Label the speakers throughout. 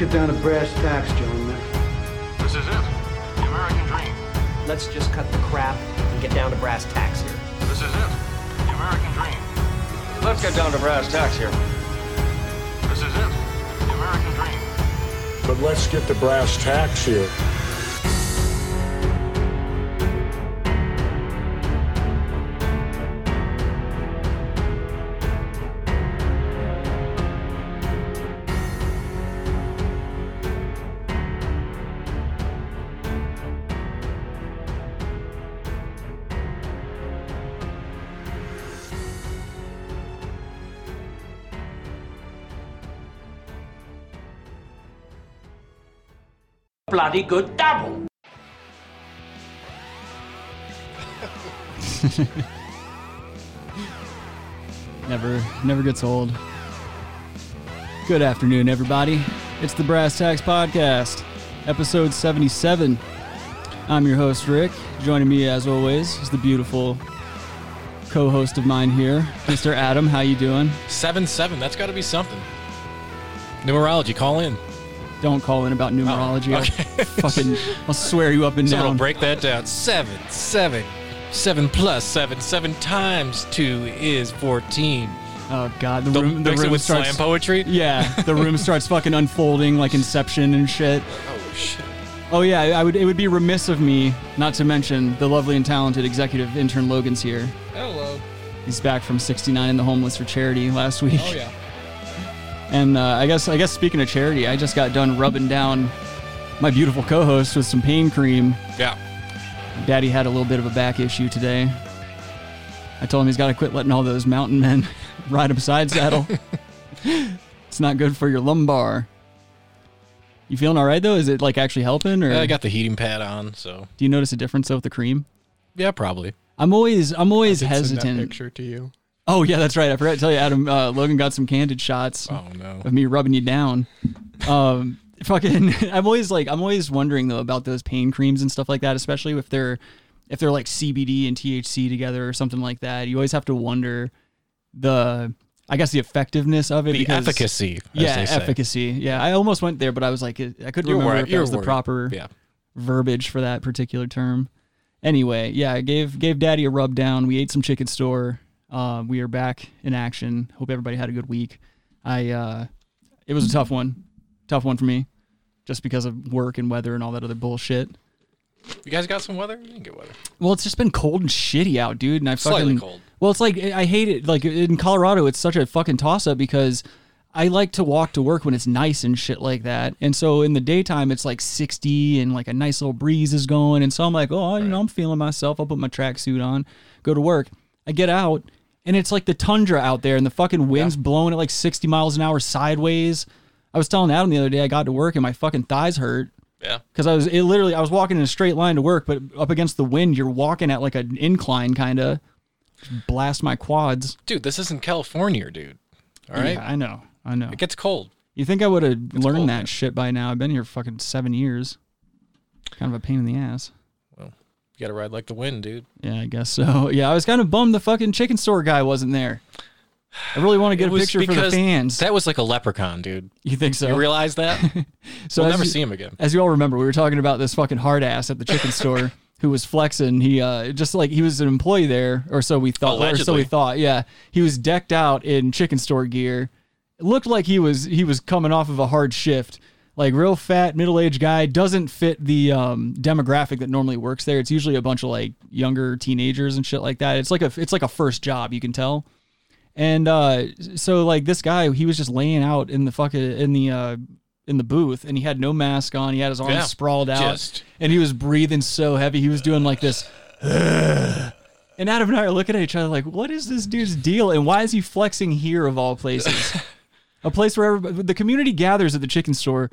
Speaker 1: it down to brass tacks, gentlemen.
Speaker 2: This is it. The American dream.
Speaker 3: Let's just cut the crap and get down to brass tacks here.
Speaker 2: This is it. The American dream.
Speaker 4: Let's get down to brass tacks here.
Speaker 2: This is it. The American dream.
Speaker 5: But let's get the brass tacks here.
Speaker 6: bloody good double.
Speaker 7: Never, never gets old. Good afternoon, everybody. It's the Brass Tax Podcast, episode 77. I'm your host, Rick. Joining me, as always, is the beautiful co-host of mine here, Mr. Adam. How you doing?
Speaker 8: Seven seven. That's got to be something. Numerology. Call in. Oh,
Speaker 7: Don't call in about numerology. I'll
Speaker 8: okay.
Speaker 7: fucking, I'll swear you up and
Speaker 8: Someone
Speaker 7: down.
Speaker 8: will break that down. Seven seven. Seven plus seven. Seven times two is fourteen.
Speaker 7: Oh God, the
Speaker 8: Don't
Speaker 7: room, the
Speaker 8: mix
Speaker 7: room
Speaker 8: it with
Speaker 7: starts.
Speaker 8: slam poetry.
Speaker 7: Yeah, the room starts fucking unfolding like Inception and shit.
Speaker 8: Oh shit.
Speaker 7: Oh yeah, I would. It would be remiss of me not to mention the lovely and talented executive intern Logan's here.
Speaker 8: Hello.
Speaker 7: He's back from 69 and the homeless for charity last week.
Speaker 8: Oh yeah.
Speaker 7: And uh, I guess I guess speaking of charity, I just got done rubbing down my beautiful co-host with some pain cream.
Speaker 8: Yeah.
Speaker 7: Daddy had a little bit of a back issue today. I told him he's got to quit letting all those mountain men ride him side saddle. it's not good for your lumbar. You feeling all right though? Is it like actually helping, or
Speaker 8: I got the heating pad on, so
Speaker 7: do you notice a difference though with the cream?
Speaker 8: yeah, probably.
Speaker 7: I'm always I'm always
Speaker 9: Send that
Speaker 7: hesitant.
Speaker 9: picture to you.
Speaker 7: Oh yeah, that's right. I forgot to tell you, Adam. Uh, Logan got some candid shots
Speaker 8: Oh no.
Speaker 7: of me rubbing you down. Um, fucking, I'm always like I'm always wondering though about those pain creams and stuff like that, especially if they're if they're like CBD and THC together or something like that. You always have to wonder the I guess the effectiveness of it.
Speaker 8: The
Speaker 7: because,
Speaker 8: efficacy. as
Speaker 7: Yeah,
Speaker 8: they say.
Speaker 7: efficacy. Yeah, I almost went there, but I was like, I couldn't
Speaker 8: You're
Speaker 7: remember
Speaker 8: right.
Speaker 7: if that
Speaker 8: You're
Speaker 7: was the
Speaker 8: right.
Speaker 7: proper
Speaker 8: Yeah.
Speaker 7: verbiage for that particular term. Anyway, yeah, I gave gave Daddy a rub down. We ate some chicken store. Uh, we are back in action. Hope everybody had a good week. I uh, it was a tough one, tough one for me, just because of work and weather and all that other bullshit.
Speaker 8: You guys got some weather? We didn't get weather.
Speaker 7: Well, it's just been cold and shitty out, dude. And I fucking
Speaker 8: Slightly cold.
Speaker 7: Well, it's like I hate it. Like in Colorado, it's such a fucking toss up because I like to walk to work when it's nice and shit like that. And so in the daytime, it's like sixty and like a nice little breeze is going. And so I'm like, oh, you know, I'm feeling myself. I'll put my tracksuit on, go to work. I get out, and it's like the tundra out there, and the fucking wind's blowing at like sixty miles an hour sideways. I was telling Adam the other day, I got to work and my fucking thighs hurt
Speaker 8: Yeah.
Speaker 7: because I was it literally I was walking in a straight line to work, but up against the wind, you're walking at like an incline, kind of blast my quads.
Speaker 8: Dude, this isn't California, dude. All right.
Speaker 7: Yeah, I know, I know.
Speaker 8: It gets cold.
Speaker 7: You think I would have learned
Speaker 8: cold,
Speaker 7: that
Speaker 8: man.
Speaker 7: shit by now? I've been here fucking seven years. Kind of a pain in the ass.
Speaker 8: You got to ride like the wind, dude.
Speaker 7: Yeah, I guess so. Yeah, I was kind of bummed the fucking chicken store guy wasn't there. I really want to get
Speaker 8: It
Speaker 7: a
Speaker 8: was
Speaker 7: picture for the
Speaker 8: because
Speaker 7: fans.
Speaker 8: That was like a leprechaun, dude.
Speaker 7: you think so?
Speaker 8: You realize that?
Speaker 7: so
Speaker 8: we'll
Speaker 7: as
Speaker 8: never
Speaker 7: you-
Speaker 8: see him again.
Speaker 7: As you all remember, we were talking about this fucking hard ass at the chicken store who was flexing. He uh, just like he was an employee there, or so we thought. Or so
Speaker 8: Allegedly.
Speaker 7: we thought. Yeah, he was decked out in chicken store gear. It looked like he was he was coming off of a hard shift. Like real fat middle aged guy doesn't fit the um, demographic that normally works there. It's usually a bunch of like younger teenagers and shit like that. It's like a it's like a first job. You can tell. And uh, so like this guy, he was just laying out in the fucking in the uh, in the booth, and he had no mask on. He had his arms
Speaker 8: Yeah,
Speaker 7: sprawled out,
Speaker 8: just-
Speaker 7: and he was breathing so heavy. He was doing like this. And Adam and I are looking at each other like, what is this dude's deal? And why is he flexing here of all places? a place where everybody, the community gathers at the chicken store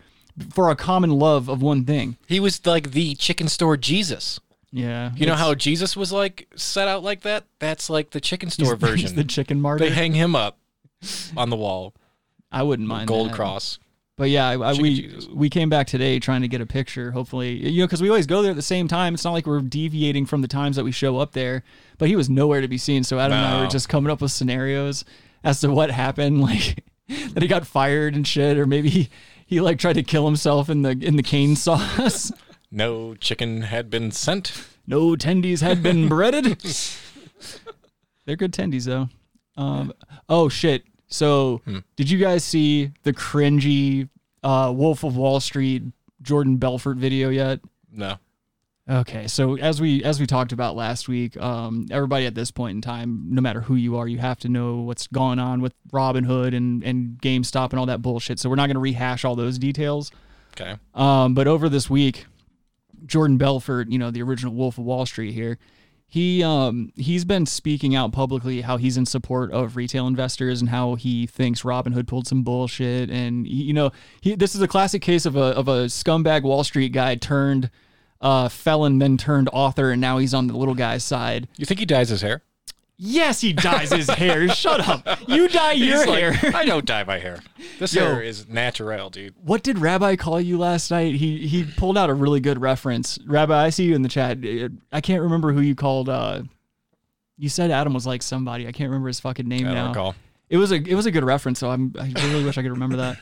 Speaker 7: for a common love of one thing.
Speaker 8: He was like the chicken store Jesus.
Speaker 7: Yeah.
Speaker 8: You know how Jesus was like set out like that? That's like the chicken store version.
Speaker 7: the chicken market.
Speaker 8: they hang him up on the wall,
Speaker 7: I wouldn't mind
Speaker 8: gold
Speaker 7: that.
Speaker 8: cross.
Speaker 7: But yeah, I, I,
Speaker 8: Chicken
Speaker 7: we
Speaker 8: Jesus.
Speaker 7: we came back today trying to get a picture. Hopefully, you know, because we always go there at the same time. It's not like we're deviating from the times that we show up there. But he was nowhere to be seen, so Adam and I were
Speaker 8: No.
Speaker 7: just coming up with scenarios as to what happened, like that he got fired and shit, or maybe he, He like tried to kill himself in the in the cane sauce.
Speaker 8: No chicken had been sent.
Speaker 7: no tendies had been breaded. They're good tendies though. Um, Oh shit! So
Speaker 8: Hmm.
Speaker 7: did you guys see the cringy uh, Wolf of Wall Street Jordan Belfort video yet?
Speaker 8: No.
Speaker 7: Okay, so as we as we talked about last week, um, everybody at this point in time, no matter who you are, you have to know what's going on with Robinhood and and GameStop and all that bullshit. So we're not going to rehash all those details.
Speaker 8: Okay.
Speaker 7: Um, but over this week, Jordan Belfort, you know, the original Wolf of Wall Street here, he um, he's been speaking out publicly how he's in support of retail investors and how he thinks Robinhood pulled some bullshit. And you know, he, this is a classic case of a of a scumbag Wall Street guy turned uh, felon, then turned author, and now he's on the little guy's side.
Speaker 8: You think he dyes his hair?
Speaker 7: Yes, he dyes his hair. Shut up. You dye your
Speaker 8: He's like,
Speaker 7: hair.
Speaker 8: I don't dye my hair. This
Speaker 7: Yo.
Speaker 8: hair is natural, dude.
Speaker 7: what did Rabbi call you last night? He he pulled out a really good reference. Rabbi, I see you in the chat. I can't remember who you called. Uh, you said Adam was like somebody. I can't remember his fucking name
Speaker 8: I don't
Speaker 7: now.
Speaker 8: recall.
Speaker 7: It was a it was a good reference. So I'm I really wish I could remember that.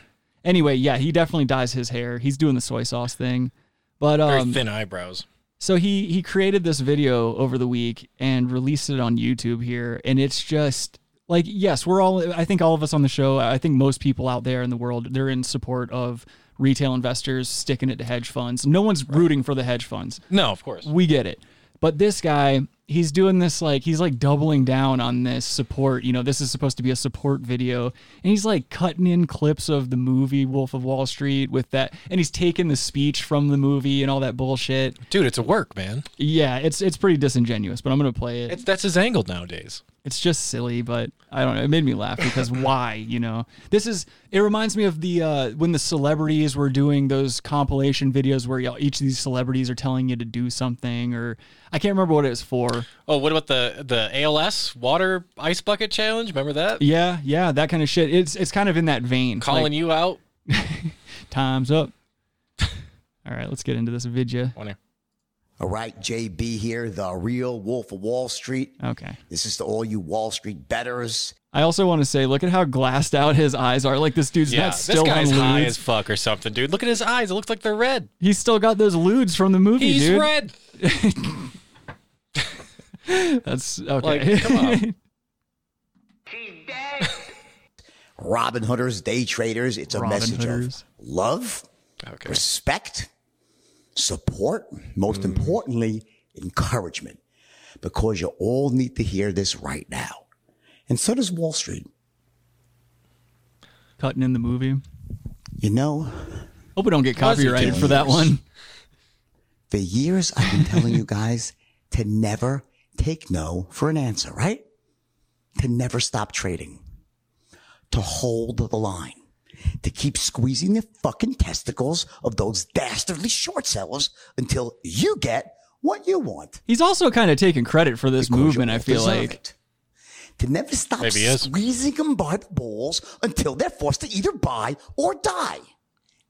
Speaker 7: Anyway, yeah, he definitely dyes his hair. He's doing the soy sauce thing, but
Speaker 8: Very
Speaker 7: um,
Speaker 8: thin eyebrows.
Speaker 7: so he he created this video over the week and released it on YouTube here, and it's just like yes, we're all I think all of us on the show, I think most people out there in the world, they're in support of retail investors sticking it to hedge funds. No one's rooting for the hedge funds.
Speaker 8: No, of course.
Speaker 7: We get it. But this guy, he's doing this like he's like doubling down on this support. You know, this is supposed to be a support video, and he's like cutting in clips of the movie Wolf of Wall Street with that, and he's taking the speech from the movie and all that bullshit.
Speaker 8: Dude, it's a work, man.
Speaker 7: Yeah, it's it's pretty disingenuous, but I'm gonna play it.
Speaker 8: It's, that's his angle nowadays.
Speaker 7: It's just silly, but I don't know. It made me laugh because why? You know, this is. It reminds me of the uh, when the celebrities were doing those compilation videos where y'all, each of these celebrities are telling you to do something, or I can't remember what it was for.
Speaker 8: Oh, what about the the ALS water ice bucket challenge? Remember that?
Speaker 7: Yeah, yeah, that kind of shit. It's it's kind of in that vein.
Speaker 8: Calling you out.
Speaker 7: times up. All right, let's get into this video.
Speaker 8: Funny.
Speaker 9: All right, JB here, the real Wolf of Wall Street.
Speaker 7: Okay.
Speaker 9: This is to all you Wall Street betters.
Speaker 7: I also want to say, look at how glassed out his eyes are. Like this dude's
Speaker 8: Yeah,
Speaker 7: not
Speaker 8: this
Speaker 7: still
Speaker 8: guy's
Speaker 7: on
Speaker 8: high
Speaker 7: lewds.
Speaker 8: as fuck or something, dude. Look at his eyes; it looks like they're red.
Speaker 7: He's still got those lewds from the movie,
Speaker 8: He's
Speaker 7: dude.
Speaker 8: red.
Speaker 7: That's okay.
Speaker 8: Like, come on.
Speaker 9: Robin Hooders, day traders, it's a
Speaker 7: Robin
Speaker 9: message of
Speaker 7: Hooders.
Speaker 9: love,
Speaker 8: Okay.
Speaker 9: respect, support, most
Speaker 7: Mm.
Speaker 9: importantly, encouragement. Because you all need to hear this right now. And so does Wall Street.
Speaker 7: Cutting in the movie.
Speaker 9: You know,
Speaker 7: Hope we don't get
Speaker 8: Was he
Speaker 7: copyrighted
Speaker 8: doing
Speaker 7: for that
Speaker 9: this?
Speaker 7: one.
Speaker 9: for years I've been telling you guys to never take no for an answer, right? To never stop trading, to hold the line, to keep squeezing the fucking testicles of those dastardly short sellers until you get what you want.
Speaker 7: He's also kind of taking credit for this
Speaker 9: Because you
Speaker 7: movement. I
Speaker 9: all
Speaker 7: feel
Speaker 9: deserve
Speaker 7: like
Speaker 9: it. To never stop
Speaker 8: Maybe he is.
Speaker 9: squeezing them by the balls until they're forced to either buy or die.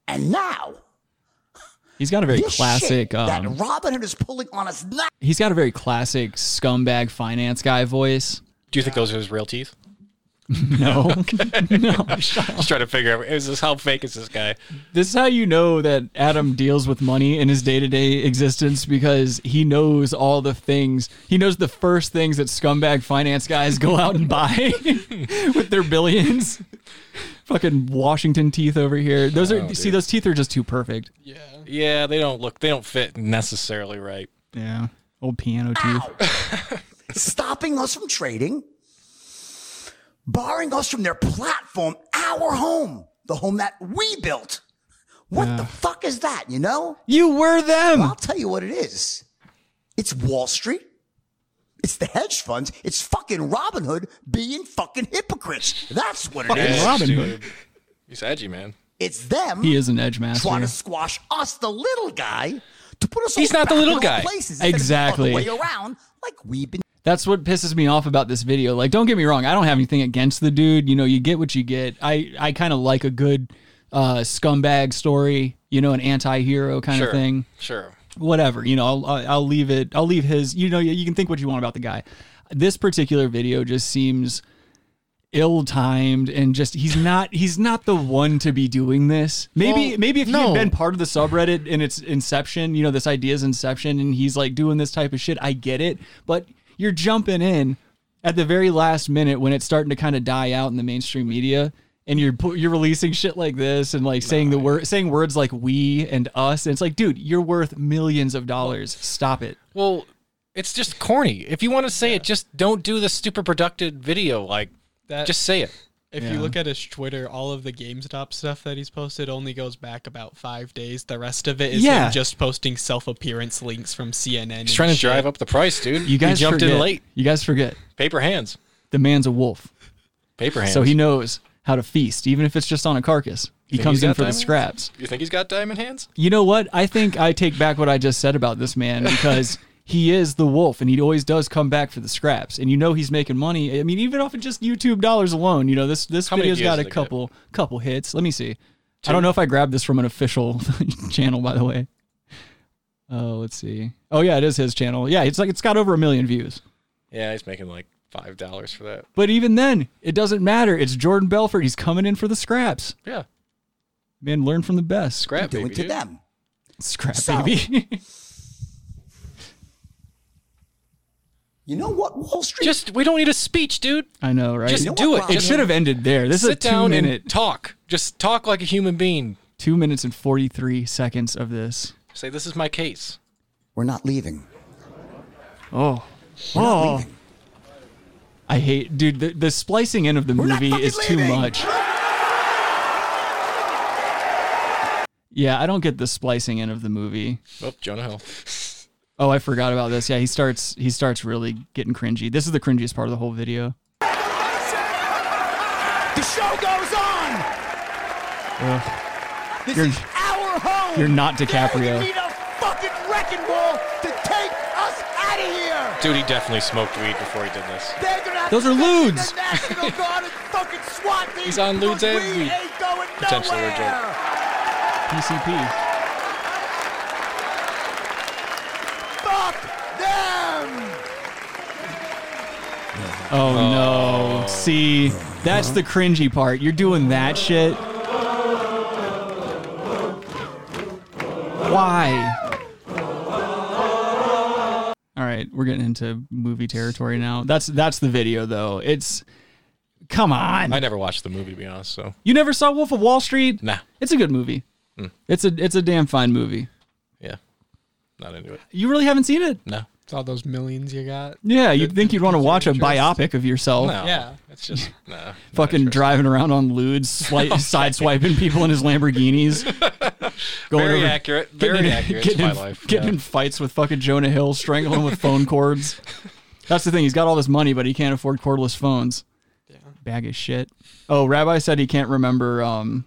Speaker 9: And now,
Speaker 7: he's got a very
Speaker 9: this shit
Speaker 7: classic.
Speaker 9: that
Speaker 7: Um,
Speaker 9: Robin Hood is pulling on us now.
Speaker 7: he's got a very classic scumbag finance guy voice.
Speaker 8: Do you think those are his real teeth?
Speaker 7: No, no.
Speaker 8: Just trying to figure out is this how fake is this guy?
Speaker 7: This is how you know that Adam deals with money in his day to day existence because he knows all the things. He knows the first things that scumbag finance guys go out and buy with their billions. Fucking Washington teeth over here. Those
Speaker 9: Oh,
Speaker 7: are see those teeth are just too perfect.
Speaker 8: Yeah, they don't look. They don't fit necessarily right.
Speaker 7: Yeah. Old piano teeth.
Speaker 9: stopping us from trading, barring us from their platform, our home, the home that we built. What the fuck is that, you know?
Speaker 7: You were them.
Speaker 9: I'll tell you what it is. It's Wall Street. It's the hedge funds. It's fucking Robin Hood being fucking hypocrites. That's what it is.
Speaker 7: Robin Hood.
Speaker 8: He's edgy, man.
Speaker 9: It's them
Speaker 7: He is an edge
Speaker 9: trying
Speaker 7: master.
Speaker 9: to squash us, the little guy, to put us.
Speaker 8: He's
Speaker 9: all
Speaker 8: not the
Speaker 9: back
Speaker 8: little
Speaker 9: in our
Speaker 8: guy.
Speaker 9: Places instead of the
Speaker 7: Exactly.
Speaker 9: other way around, like we've been
Speaker 7: That's what pisses me off about this video. Like, don't get me wrong, I don't have anything against the dude. You know, you get what you get. I I kind of like a good uh, scumbag story. You know, an anti-hero kind of
Speaker 8: Sure.
Speaker 7: thing.
Speaker 8: Sure.
Speaker 7: Whatever. You know, I'll I'll I'll leave it. I'll leave his. You know, you you can think what you want about the guy. This particular video just seems ill-timed and just he's not he's not the one to be doing this. Maybe
Speaker 8: Well,
Speaker 7: maybe if he
Speaker 8: no.
Speaker 7: had been part of the subreddit in its inception, you know, this idea's inception and he's like doing this type of shit, I get it, but you're jumping in at the very last minute when it's starting to kind of die out in the mainstream media and you're pu- you're releasing shit like this and like saying the word saying words like we and us and it's like dude you're worth millions of dollars stop it
Speaker 8: Well, it's just corny. If you want to say it, just don't do the stupid productive video. Like,
Speaker 10: That
Speaker 8: just say it.
Speaker 10: if you look at his Twitter, all of the GameStop stuff that he's posted only goes back about five days. The rest of it is
Speaker 7: Yeah.
Speaker 10: him just posting self-appearance links from CNN.
Speaker 8: He's trying to drive up the price, dude.
Speaker 7: you guys
Speaker 8: he jumped
Speaker 7: forget-
Speaker 8: in late.
Speaker 7: you guys forget
Speaker 8: Paper hands.
Speaker 7: the man's a wolf
Speaker 8: Paper hands.
Speaker 7: so he knows how to feast even if it's just on a carcass he
Speaker 8: think
Speaker 7: comes
Speaker 8: he's
Speaker 7: in
Speaker 8: got
Speaker 7: for the
Speaker 8: diamonds?
Speaker 7: scraps
Speaker 8: You think he's got diamond hands?
Speaker 7: you know what i think i take back what i just said about this man because he is the wolf and he always does come back for the scraps and you know he's making money i mean even off of just youtube dollars alone you know this this
Speaker 8: How many
Speaker 7: video's
Speaker 8: views
Speaker 7: got
Speaker 8: does
Speaker 7: a
Speaker 8: it get?
Speaker 7: couple couple hits let me see i don't know if i grabbed this from an official channel by the way oh let's see oh yeah it is his channel yeah it's like it's got over a million views
Speaker 8: Yeah, he's making like five dollars for that.
Speaker 7: but even then it doesn't matter it's jordan belfort he's coming in for the scraps
Speaker 8: Yeah,
Speaker 7: man learn from the best
Speaker 8: scrap
Speaker 9: Do
Speaker 8: baby,
Speaker 9: it to
Speaker 8: dude.
Speaker 9: them.
Speaker 7: scrap
Speaker 9: So-
Speaker 7: baby
Speaker 9: You know what, Wall Street?
Speaker 8: Just we don't need a speech, dude.
Speaker 7: i know right
Speaker 8: Just
Speaker 9: You know
Speaker 8: do
Speaker 9: what,
Speaker 8: it.
Speaker 9: Rob?
Speaker 7: it
Speaker 8: Just
Speaker 7: should have ended there. This
Speaker 8: sit
Speaker 7: is a two
Speaker 8: down
Speaker 7: minute
Speaker 8: and talk. Just talk like a human being.
Speaker 7: two minutes and 43 seconds of this.
Speaker 8: Say this is my case.
Speaker 9: We're not leaving.
Speaker 7: Oh.
Speaker 9: We're not leaving.
Speaker 7: I hate, dude, the, the splicing in of the
Speaker 9: not
Speaker 7: movie
Speaker 9: fucking
Speaker 7: is too
Speaker 9: leaving.
Speaker 7: much. Yeah, I don't get the splicing in of the movie.
Speaker 8: Oh, Jonah Hill.
Speaker 7: Oh, I forgot about this. Yeah, he starts he starts really getting cringy. This is the cringiest part of the whole video.
Speaker 9: The show goes on. This
Speaker 7: You're-
Speaker 9: is our home.
Speaker 7: You're not
Speaker 9: We
Speaker 7: DiCaprio.
Speaker 9: need a fucking wrecking ball to take us out of here.
Speaker 8: Dude, he definitely smoked weed before he did this.
Speaker 9: They're gonna have
Speaker 7: Those
Speaker 9: to
Speaker 7: are
Speaker 9: send in
Speaker 7: lewds.
Speaker 9: The National Guard and fucking SWAT team
Speaker 8: He's on lewds
Speaker 9: because
Speaker 8: and
Speaker 9: we
Speaker 8: weed.
Speaker 9: ain't going
Speaker 8: Potentially, we're
Speaker 9: nowhere.
Speaker 7: PCP.
Speaker 9: Fuck them.
Speaker 7: Oh no. See, that's the cringy part. You're doing that shit. Why? All right, we're getting into movie territory now. That's that's the video though. It's come on.
Speaker 8: I never watched the movie to be honest. So
Speaker 7: you never saw Wolf of Wall Street?
Speaker 8: nah, Hmm.
Speaker 7: It's a good movie. It's a it's a damn fine movie.
Speaker 8: yeah, not into it.
Speaker 7: You really haven't seen it?
Speaker 8: No,
Speaker 10: It's all those millions you got.
Speaker 7: Yeah, you'd think you'd want to watch a biopic of yourself.
Speaker 8: no,
Speaker 10: Yeah.
Speaker 8: it's just no. not
Speaker 7: fucking
Speaker 8: interested.
Speaker 7: driving around on lewd, slight, sideswiping people in his Lamborghinis. Going
Speaker 8: Very
Speaker 7: over-
Speaker 8: accurate.
Speaker 7: getting
Speaker 8: Very
Speaker 7: in-
Speaker 8: accurate.
Speaker 7: Getting,
Speaker 8: to my
Speaker 7: in,
Speaker 8: life.
Speaker 7: getting
Speaker 8: yeah.
Speaker 7: in fights with fucking Jonah Hill, strangling him with phone cords. That's the thing. He's got all this money, but he can't afford cordless phones. Bag of shit. Oh, Rabbi said he can't remember. Um,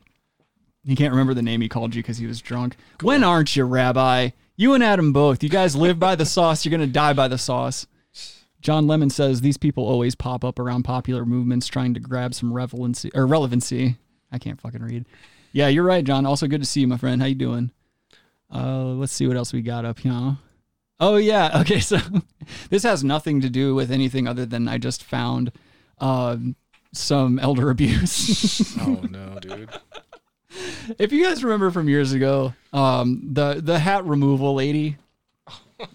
Speaker 7: he can't remember the name he called you because he was drunk. When aren't you, Rabbi? You and Adam both. You guys live by the sauce. You're gonna die by the sauce. John Lemon says these people always pop up around popular movements trying to grab some relevancy or relevancy. I can't fucking read. Yeah, you're right, John. Also good to see you, my friend. How you doing? Uh, let's see what else we got up here. Oh yeah. Okay, so this has nothing to do with anything other than I just found um, some elder abuse.
Speaker 8: Oh no, dude.
Speaker 7: if you guys remember from years ago, um, the the hat removal lady.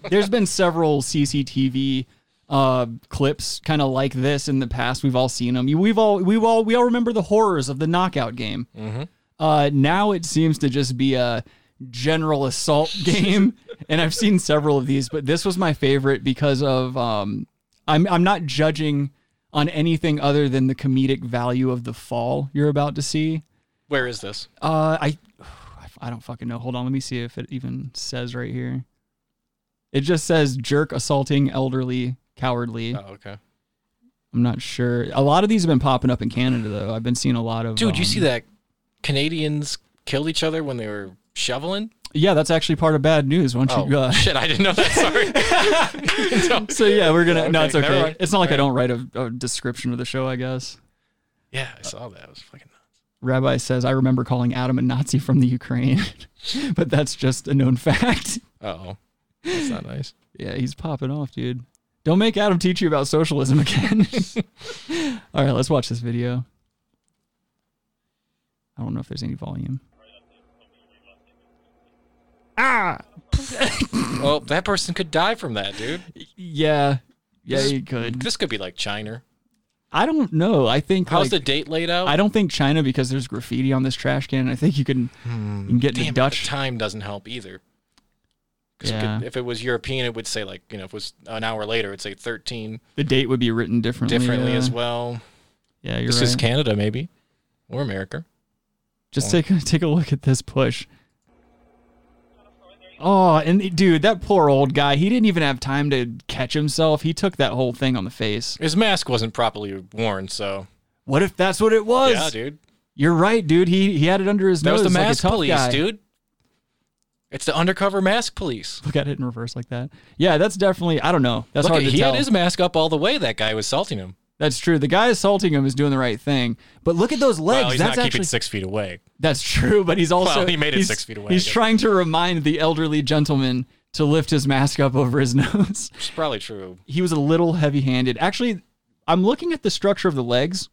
Speaker 7: There's been several CCTV uh, clips kind of like this in the past. We've all seen them. We've all we all we all remember the horrors of the knockout game.
Speaker 8: Mm. Mm-hmm.
Speaker 7: Uh, now it seems to just be a general assault game, and I've seen several of these, but this was my favorite because of um, I'm I'm not judging on anything other than the comedic value of the fall you're about to see.
Speaker 8: Where is this?
Speaker 7: Uh, I, I don't fucking know. Hold on, let me see if it even says right here. It just says jerk assaulting elderly cowardly.
Speaker 8: Oh, okay.
Speaker 7: I'm not sure. A lot of these have been popping up in Canada though. I've been seeing a lot of.
Speaker 8: Dude, you see
Speaker 7: um,
Speaker 8: that Canadians killed each other when they were shoveling?
Speaker 7: Yeah, that's actually part of bad news. Why don't
Speaker 8: Oh
Speaker 7: you? Uh,
Speaker 8: shit, I didn't know that. Sorry. No.
Speaker 7: so yeah, we're gonna. No,
Speaker 8: Okay,
Speaker 7: it's
Speaker 8: never
Speaker 7: okay.
Speaker 8: mind.
Speaker 7: It's not like I don't write a, a description of the show. I guess.
Speaker 8: Yeah, I saw that. It was fucking
Speaker 7: Rabbi says I remember calling Adam a Nazi from the Ukraine, but that's just a known fact.
Speaker 8: Uh oh. That's not nice.
Speaker 7: Yeah, he's popping off, dude. Don't make Adam teach you about socialism again. All right, let's watch this video. I don't know if there's any volume. Ah.
Speaker 8: Oh, that person could die from that, dude.
Speaker 7: Yeah. Yeah,
Speaker 8: This is-
Speaker 7: you could.
Speaker 8: This could be like China.
Speaker 7: I don't know. I think
Speaker 8: How's
Speaker 7: like,
Speaker 8: the date laid out?
Speaker 7: I don't think China because there's graffiti on this trash can. I think you can,
Speaker 8: Hmm.
Speaker 7: you can get
Speaker 8: Damn,
Speaker 7: to
Speaker 8: it,
Speaker 7: Dutch.
Speaker 8: The time doesn't help either. 'Cause it could-
Speaker 7: yeah,
Speaker 8: if it was European, it would say like you know, if it was an hour later, it'd say thirteen
Speaker 7: the date would be written differently.
Speaker 8: differently
Speaker 7: yeah.
Speaker 8: as well.
Speaker 7: Yeah, you're
Speaker 8: This
Speaker 7: right.
Speaker 8: is Canada, maybe, or America.
Speaker 7: Just take take a look at this push. Oh, and dude, that poor old guy. He didn't even have time to catch himself. He took that whole thing on the face.
Speaker 8: His mask wasn't properly worn, so
Speaker 7: What if that's what it was?
Speaker 8: yeah, dude,
Speaker 7: You're right, dude. He he had it under his
Speaker 8: that
Speaker 7: nose.
Speaker 8: was the
Speaker 7: like a
Speaker 8: mask
Speaker 7: tough
Speaker 8: police,
Speaker 7: guy.
Speaker 8: dude. It's the undercover mask police.
Speaker 7: Look at it in reverse like that. Yeah, that's definitely. I don't know. That's
Speaker 8: Look,
Speaker 7: hard
Speaker 8: at-
Speaker 7: to
Speaker 8: he
Speaker 7: tell.
Speaker 8: had his mask up all the way. That guy was salting him.
Speaker 7: that's true. The guy assaulting him is doing the right thing. But look at those legs.
Speaker 8: Well, he's
Speaker 7: that's
Speaker 8: not
Speaker 7: actually
Speaker 8: keeping six feet away.
Speaker 7: That's true, but he's also
Speaker 8: Well, he made it
Speaker 7: he's-
Speaker 8: six feet away, I
Speaker 7: He's
Speaker 8: guess.
Speaker 7: trying to remind the elderly gentleman to lift his mask up over his nose.
Speaker 8: It's probably true.
Speaker 7: He was a little heavy-handed. Actually, I'm looking at the structure of the legs.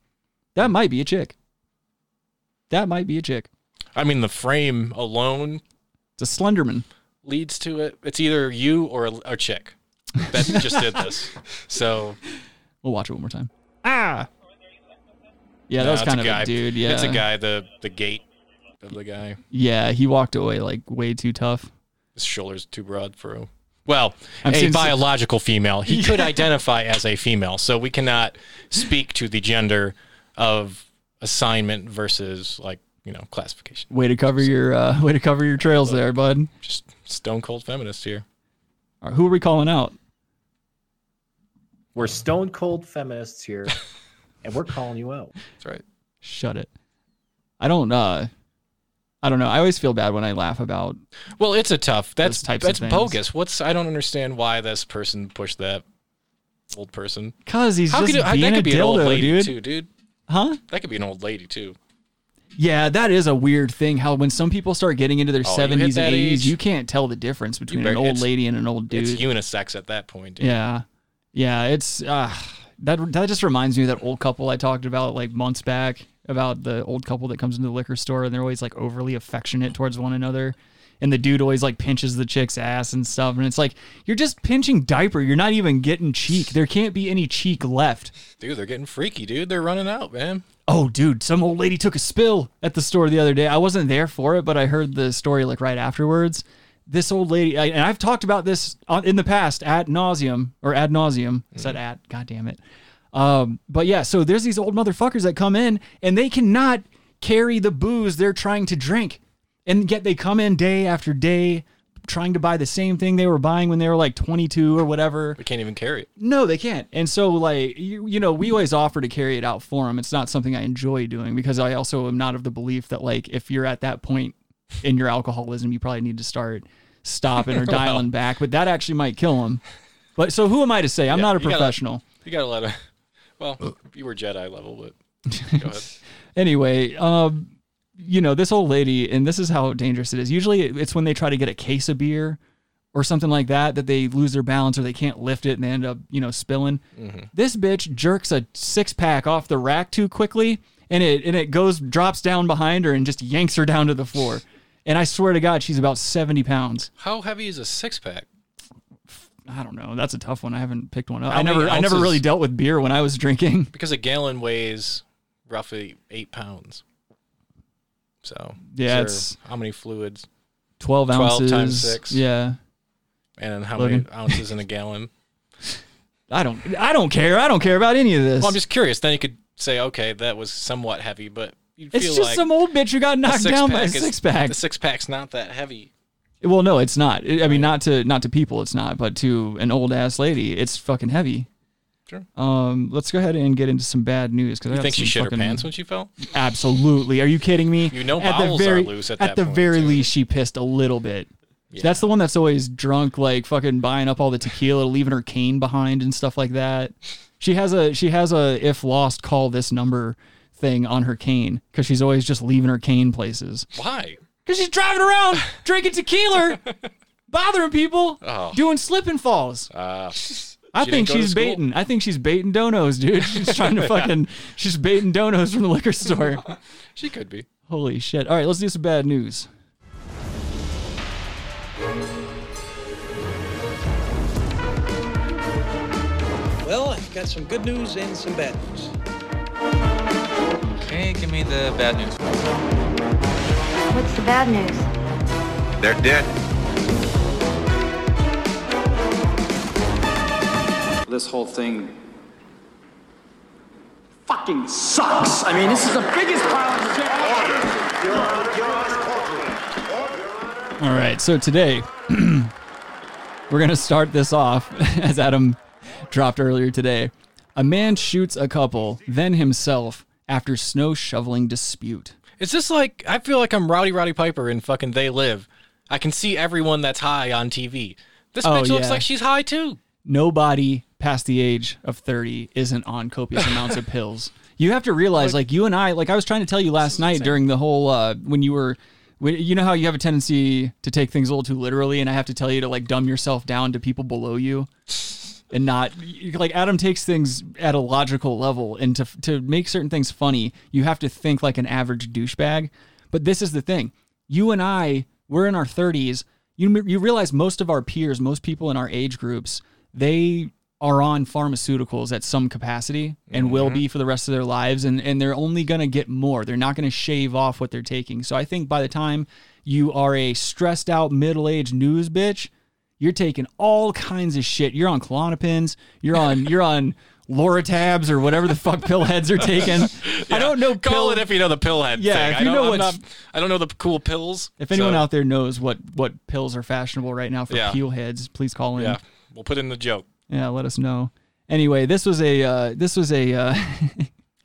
Speaker 7: That might be a chick. That might be a chick.
Speaker 8: I mean, the frame alone
Speaker 7: It's a Slenderman.
Speaker 8: leads to it. It's either you or a, a chick that just did this. So
Speaker 7: We'll watch it one more time. Ah. Yeah, that was
Speaker 8: no, it's
Speaker 7: kind
Speaker 8: a
Speaker 7: of
Speaker 8: guy.
Speaker 7: a dude. Yeah,
Speaker 8: it's a guy. The the gait of the guy.
Speaker 7: Yeah, he walked away like way too tough.
Speaker 8: His shoulders too broad for him. Well,
Speaker 7: I've
Speaker 8: a
Speaker 7: seen-
Speaker 8: biological female. He could
Speaker 7: Yeah.
Speaker 8: identify as a female, so we cannot speak to the gender of assignment versus like you know classification.
Speaker 7: Way to cover your uh, way to cover your trails there, bud.
Speaker 8: Just stone cold feminist here.
Speaker 7: All right, who are we calling out?
Speaker 11: We're stone cold feminists here, and we're calling you out.
Speaker 8: That's right.
Speaker 7: shut it. I don't uh I don't know. I always feel bad when I laugh about
Speaker 8: Well, it's a tough. That's
Speaker 7: Those types of
Speaker 8: that's
Speaker 7: things.
Speaker 8: bogus. What's I don't understand why this person pushed that old person.
Speaker 7: cuz he's
Speaker 8: How
Speaker 7: just
Speaker 8: could you, how-
Speaker 7: being
Speaker 8: that
Speaker 7: a
Speaker 8: could be an old
Speaker 7: dildo,
Speaker 8: lady
Speaker 7: dude.
Speaker 8: too, dude?
Speaker 7: Huh?
Speaker 8: That could be an old lady too.
Speaker 7: Yeah, that is a weird thing how when some people start getting into their
Speaker 8: Oh, you hit
Speaker 7: 70s
Speaker 8: that
Speaker 7: and 80s,
Speaker 8: age,
Speaker 7: you can't tell the difference between
Speaker 8: bear-
Speaker 7: an old
Speaker 8: it's-
Speaker 7: lady and an old dude.
Speaker 8: It's unisex at that point. Dude.
Speaker 7: yeah. Yeah, it's uh that that just reminds me of that old couple I talked about like months back about the old couple that comes into the liquor store and they're always like overly affectionate towards one another. And the dude always like pinches the chick's ass and stuff. And it's like, you're just pinching diaper. You're not even getting cheek. There can't be any cheek left.
Speaker 8: Dude, they're getting freaky, dude. They're running out, man.
Speaker 7: Oh, dude, some old lady took a spill at the store the other day. I wasn't there for it, but I heard the story like right afterwards. This old lady, I, and I've talked about this on, in the past at nauseum or ad nauseum. Said at, god damn it. Um, but yeah, so there's these old motherfuckers that come in and they cannot carry the booze they're trying to drink, and yet they come in day after day trying to buy the same thing they were buying when they were like 22 or whatever.
Speaker 8: We can't even carry it.
Speaker 7: No, they can't. And so, like, you, you know, we always offer to carry it out for them. It's not something I enjoy doing because I also am not of the belief that, like, if you're at that point in your alcoholism, you probably need to start stopping or dialing back. But that actually might kill them. But so, who am I to say? I'm not a
Speaker 8: you gotta-
Speaker 7: professional. Uh.
Speaker 8: You got a lot of. Well, you were Jedi level, but go ahead.
Speaker 7: anyway, um, you know, this old lady, and this is how dangerous it is. Usually it's when they try to get a case of beer or something like that that they lose their balance or they can't lift it and they end up, you know, spilling.
Speaker 8: Mm-hmm.
Speaker 7: This bitch jerks a six pack off the rack too quickly and it and it goes drops down behind her and just yanks her down to the floor. And I swear to God, she's about 70 pounds.
Speaker 8: How heavy is a six pack?
Speaker 7: I don't know. That's a tough one. I haven't picked one up.
Speaker 8: How
Speaker 7: I never
Speaker 8: many
Speaker 7: I never
Speaker 8: ounces?
Speaker 7: really dealt with beer when I was drinking.
Speaker 8: Because a gallon weighs roughly eight pounds. So
Speaker 7: Yeah,
Speaker 8: is there how many fluids
Speaker 7: 12
Speaker 8: 12
Speaker 7: ounces.
Speaker 8: times six.
Speaker 7: Yeah.
Speaker 8: and how
Speaker 7: Logan.
Speaker 8: many ounces in a gallon?
Speaker 7: I don't I don't care. I don't care about any of this.
Speaker 8: Well, I'm just curious. Then you could say, okay, that was somewhat heavy, but you feel
Speaker 7: It's just
Speaker 8: like
Speaker 7: some old bitch who got
Speaker 8: a
Speaker 7: knocked
Speaker 8: six
Speaker 7: down by a
Speaker 8: pack is-
Speaker 7: six pack.
Speaker 8: The six pack's not that heavy.
Speaker 7: Well, no, it's not. I I mean, not to not to people, it's not, but to an old ass lady, it's fucking heavy.
Speaker 8: Sure.
Speaker 7: Um, let's go ahead and get into some bad news because I
Speaker 8: You
Speaker 7: got
Speaker 8: think she
Speaker 7: some
Speaker 8: shit her
Speaker 7: fucking-
Speaker 8: pants when she fell?
Speaker 7: Absolutely. Are you kidding me?
Speaker 8: You know
Speaker 7: at the
Speaker 8: bowels are
Speaker 7: very,
Speaker 8: loose at that
Speaker 7: the
Speaker 8: point,
Speaker 7: very
Speaker 8: too.
Speaker 7: least, she pissed a little bit. That's the one that's always drunk, like fucking buying up all the tequila, leaving her cane behind and stuff like that. She has a she has a if lost call this number thing on her cane because she's always just leaving her cane places.
Speaker 8: Why?
Speaker 7: Because she's driving around drinking tequila, bothering people,
Speaker 8: Oh.
Speaker 7: doing slip and falls.
Speaker 8: Uh,
Speaker 7: I
Speaker 8: She
Speaker 7: think
Speaker 8: didn't go to
Speaker 7: she's
Speaker 8: school?
Speaker 7: baiting. I think she's baiting donos, dude. She's trying to fucking. She's baiting donos from the liquor store.
Speaker 8: She could be.
Speaker 7: Holy shit! All right, let's do some bad news.
Speaker 12: Well, I've got some good news and some bad news.
Speaker 13: Okay, give me the bad news.
Speaker 14: What's the bad news?
Speaker 2: They're dead.
Speaker 15: This whole thing fucking sucks. I mean, this is the biggest pile of shit I've ever seen.
Speaker 7: All right, so today we're going to start this off as Adam dropped earlier today. A man shoots a couple, then himself, after snow shoveling dispute.
Speaker 8: Is this like I feel like I'm Rowdy Roddy Piper in fucking They Live? I can see everyone that's high on TV. This
Speaker 7: Oh,
Speaker 8: bitch looks
Speaker 7: yeah.
Speaker 8: like she's high too.
Speaker 7: Nobody past the age of 30 isn't on copious amounts of pills. You have to realize, like, you and I, like, I was trying to tell you last night during the whole, uh, when you were, when, you know how you have a tendency to take things a little too literally, and I have to tell you to, like, dumb yourself down to people below you. and not like Adam takes things at a logical level. And to to make certain things funny, you have to think like an average douchebag. But this is the thing: you and I, we're in our thirties. You you realize most of our peers, most people in our age groups, they are on pharmaceuticals at some capacity and will be for the rest of their lives and and they're only going to get more they're not going to shave off what they're taking so i think by the time you are a stressed out middle-aged news bitch you're taking all kinds of shit. You're on Klonopins. You're on you're on Loratabs or whatever the fuck pill heads are taking. I don't know.
Speaker 8: Call
Speaker 7: pill-
Speaker 8: it if you know the pill head
Speaker 7: Yeah,
Speaker 8: thing.
Speaker 7: if
Speaker 8: I
Speaker 7: you
Speaker 8: don't,
Speaker 7: know
Speaker 8: I'm
Speaker 7: what's-
Speaker 8: not- I don't know the cool pills.
Speaker 7: If anyone
Speaker 8: so,
Speaker 7: out there knows what what pills are fashionable right now for
Speaker 8: Yeah.
Speaker 7: peel heads, please call in.
Speaker 8: yeah, we'll put in the joke.
Speaker 7: Yeah, let us know. Anyway, this was a uh, this was a uh,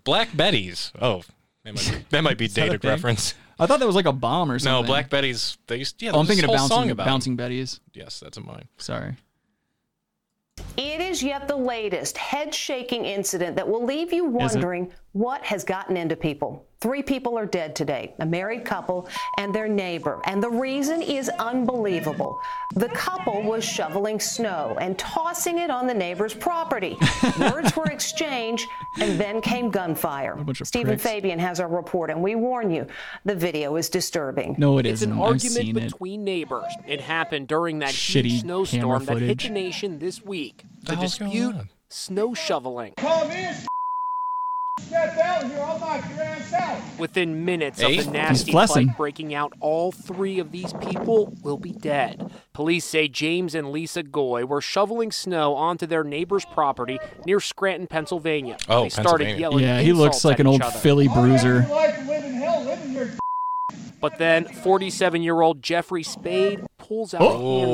Speaker 8: Black Betty's. Oh, that might be, that might be
Speaker 7: Is that a
Speaker 8: dated
Speaker 7: thing?
Speaker 8: reference.
Speaker 7: I thought that was like a bomb or something.
Speaker 8: No, Black Betty's. They used. Yeah,
Speaker 7: Oh, I'm
Speaker 8: there's
Speaker 7: thinking
Speaker 8: this
Speaker 7: of
Speaker 8: whole
Speaker 7: bouncing,
Speaker 8: song about 'em.
Speaker 7: bouncing Betty's.
Speaker 8: Yes, that's a mine.
Speaker 7: Sorry.
Speaker 16: It is yet the latest head shaking incident that will leave you
Speaker 7: Is it?
Speaker 16: wondering what has gotten into people. Three people are dead today a married couple and their neighbor. And the reason is unbelievable. The couple was shoveling snow and tossing it on the neighbor's property. Words were exchanged, and then came gunfire. Stephen
Speaker 7: pricks.
Speaker 16: Fabian has our report, and we warn you the video is disturbing.
Speaker 7: No, it It's
Speaker 16: is.
Speaker 7: an isn't. I've
Speaker 16: argument.
Speaker 7: argument seen it.
Speaker 3: between neighbors. It happened during that
Speaker 7: Shitty
Speaker 3: huge
Speaker 7: camera
Speaker 3: snowstorm that hit
Speaker 7: footage.
Speaker 3: the nation this week. The,
Speaker 7: The hell's going
Speaker 3: dispute, snow shoveling.
Speaker 17: Come in, step out here. I'll knock your ass out.
Speaker 3: Within minutes
Speaker 17: Hey.
Speaker 3: of the
Speaker 7: He's
Speaker 3: nasty
Speaker 7: blessing.
Speaker 3: fight breaking out, all three of these people will be dead. Police say James and Lisa Goy were shoveling snow onto their neighbor's property near Scranton, Pennsylvania.
Speaker 7: Oh,
Speaker 3: they started
Speaker 7: Pennsylvania.
Speaker 3: yelling.
Speaker 7: Yeah, he looks
Speaker 3: insults
Speaker 7: like
Speaker 3: at
Speaker 7: an old
Speaker 3: each other.
Speaker 7: Philly bruiser.
Speaker 17: Life and live in hell, live in your
Speaker 3: But then 47 year old Jeffrey Spade pulls out
Speaker 8: Oh.
Speaker 3: a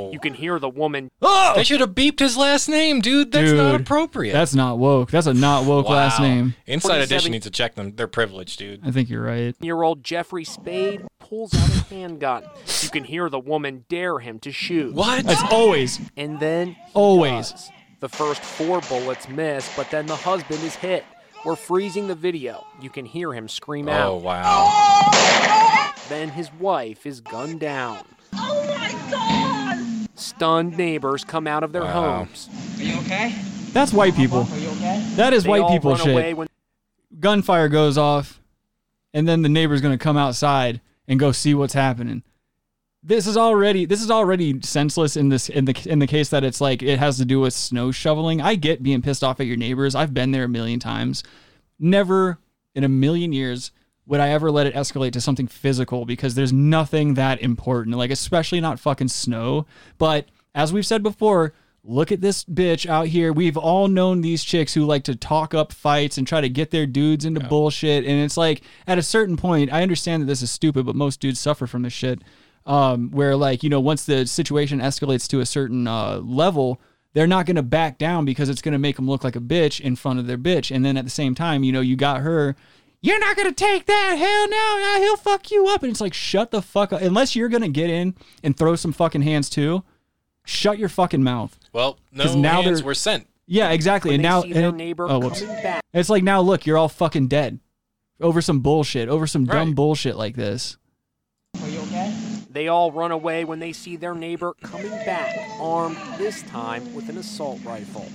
Speaker 3: handgun. You can hear the woman.
Speaker 8: Oh! They should have beeped his last name, dude. That's not
Speaker 7: Dude,
Speaker 8: appropriate.
Speaker 7: That's not woke. That's a not woke last
Speaker 8: Wow.
Speaker 7: name.
Speaker 8: Inside Edition
Speaker 3: 47
Speaker 8: needs to check them. They're privileged, dude.
Speaker 7: I think you're right.
Speaker 3: year old Jeffrey Spade pulls out a handgun. You can hear the woman dare him to shoot.
Speaker 8: What?
Speaker 7: That's always
Speaker 3: And then
Speaker 7: always.
Speaker 3: the first four bullets miss, but then the husband is hit. We're freezing the video. You can hear him scream out.
Speaker 8: Oh wow.
Speaker 3: Then his wife is gunned down. Oh my god! Stunned neighbors come out of their homes. Are you okay?
Speaker 7: That's white people. That is
Speaker 3: They
Speaker 7: white
Speaker 3: all
Speaker 7: people
Speaker 3: run away
Speaker 7: shit.
Speaker 3: when-
Speaker 7: Gunfire goes off, and then the neighbor's gonna come outside and go see what's happening. This is already this is already senseless in this in the in the case that it's like it has to do with snow shoveling. I get being pissed off at your neighbors. I've been there a million times. Never in a million years would I ever let it escalate to something physical because there's nothing that important, like, especially not fucking snow. But as we've said before, look at this bitch out here. We've all known these chicks who like to talk up fights and try to get their dudes into bullshit. And it's like, at a certain point, I understand that this is stupid, but most dudes suffer from this shit. Um, where, like, you know, once the situation escalates to a certain uh, level, they're not going to back down because it's going to make them look like a bitch in front of their bitch. And then at the same time, you know, you got her. You're not going to take that. Hell no. no. He'll fuck you up. And it's like, shut the fuck up. Unless you're going to get in and throw some fucking hands too, shut your fucking mouth.
Speaker 8: Well, no
Speaker 7: 'Cause now
Speaker 8: hands
Speaker 7: they're-
Speaker 8: were sent.
Speaker 7: Yeah, exactly. and now,
Speaker 3: see their
Speaker 7: and it-
Speaker 3: neighbor
Speaker 7: oh, whoops.
Speaker 3: coming back.
Speaker 7: It's like, now look, you're all fucking dead over some bullshit, over some dumb bullshit like this.
Speaker 3: They all run away when they see their neighbor coming back, armed this time with an assault rifle.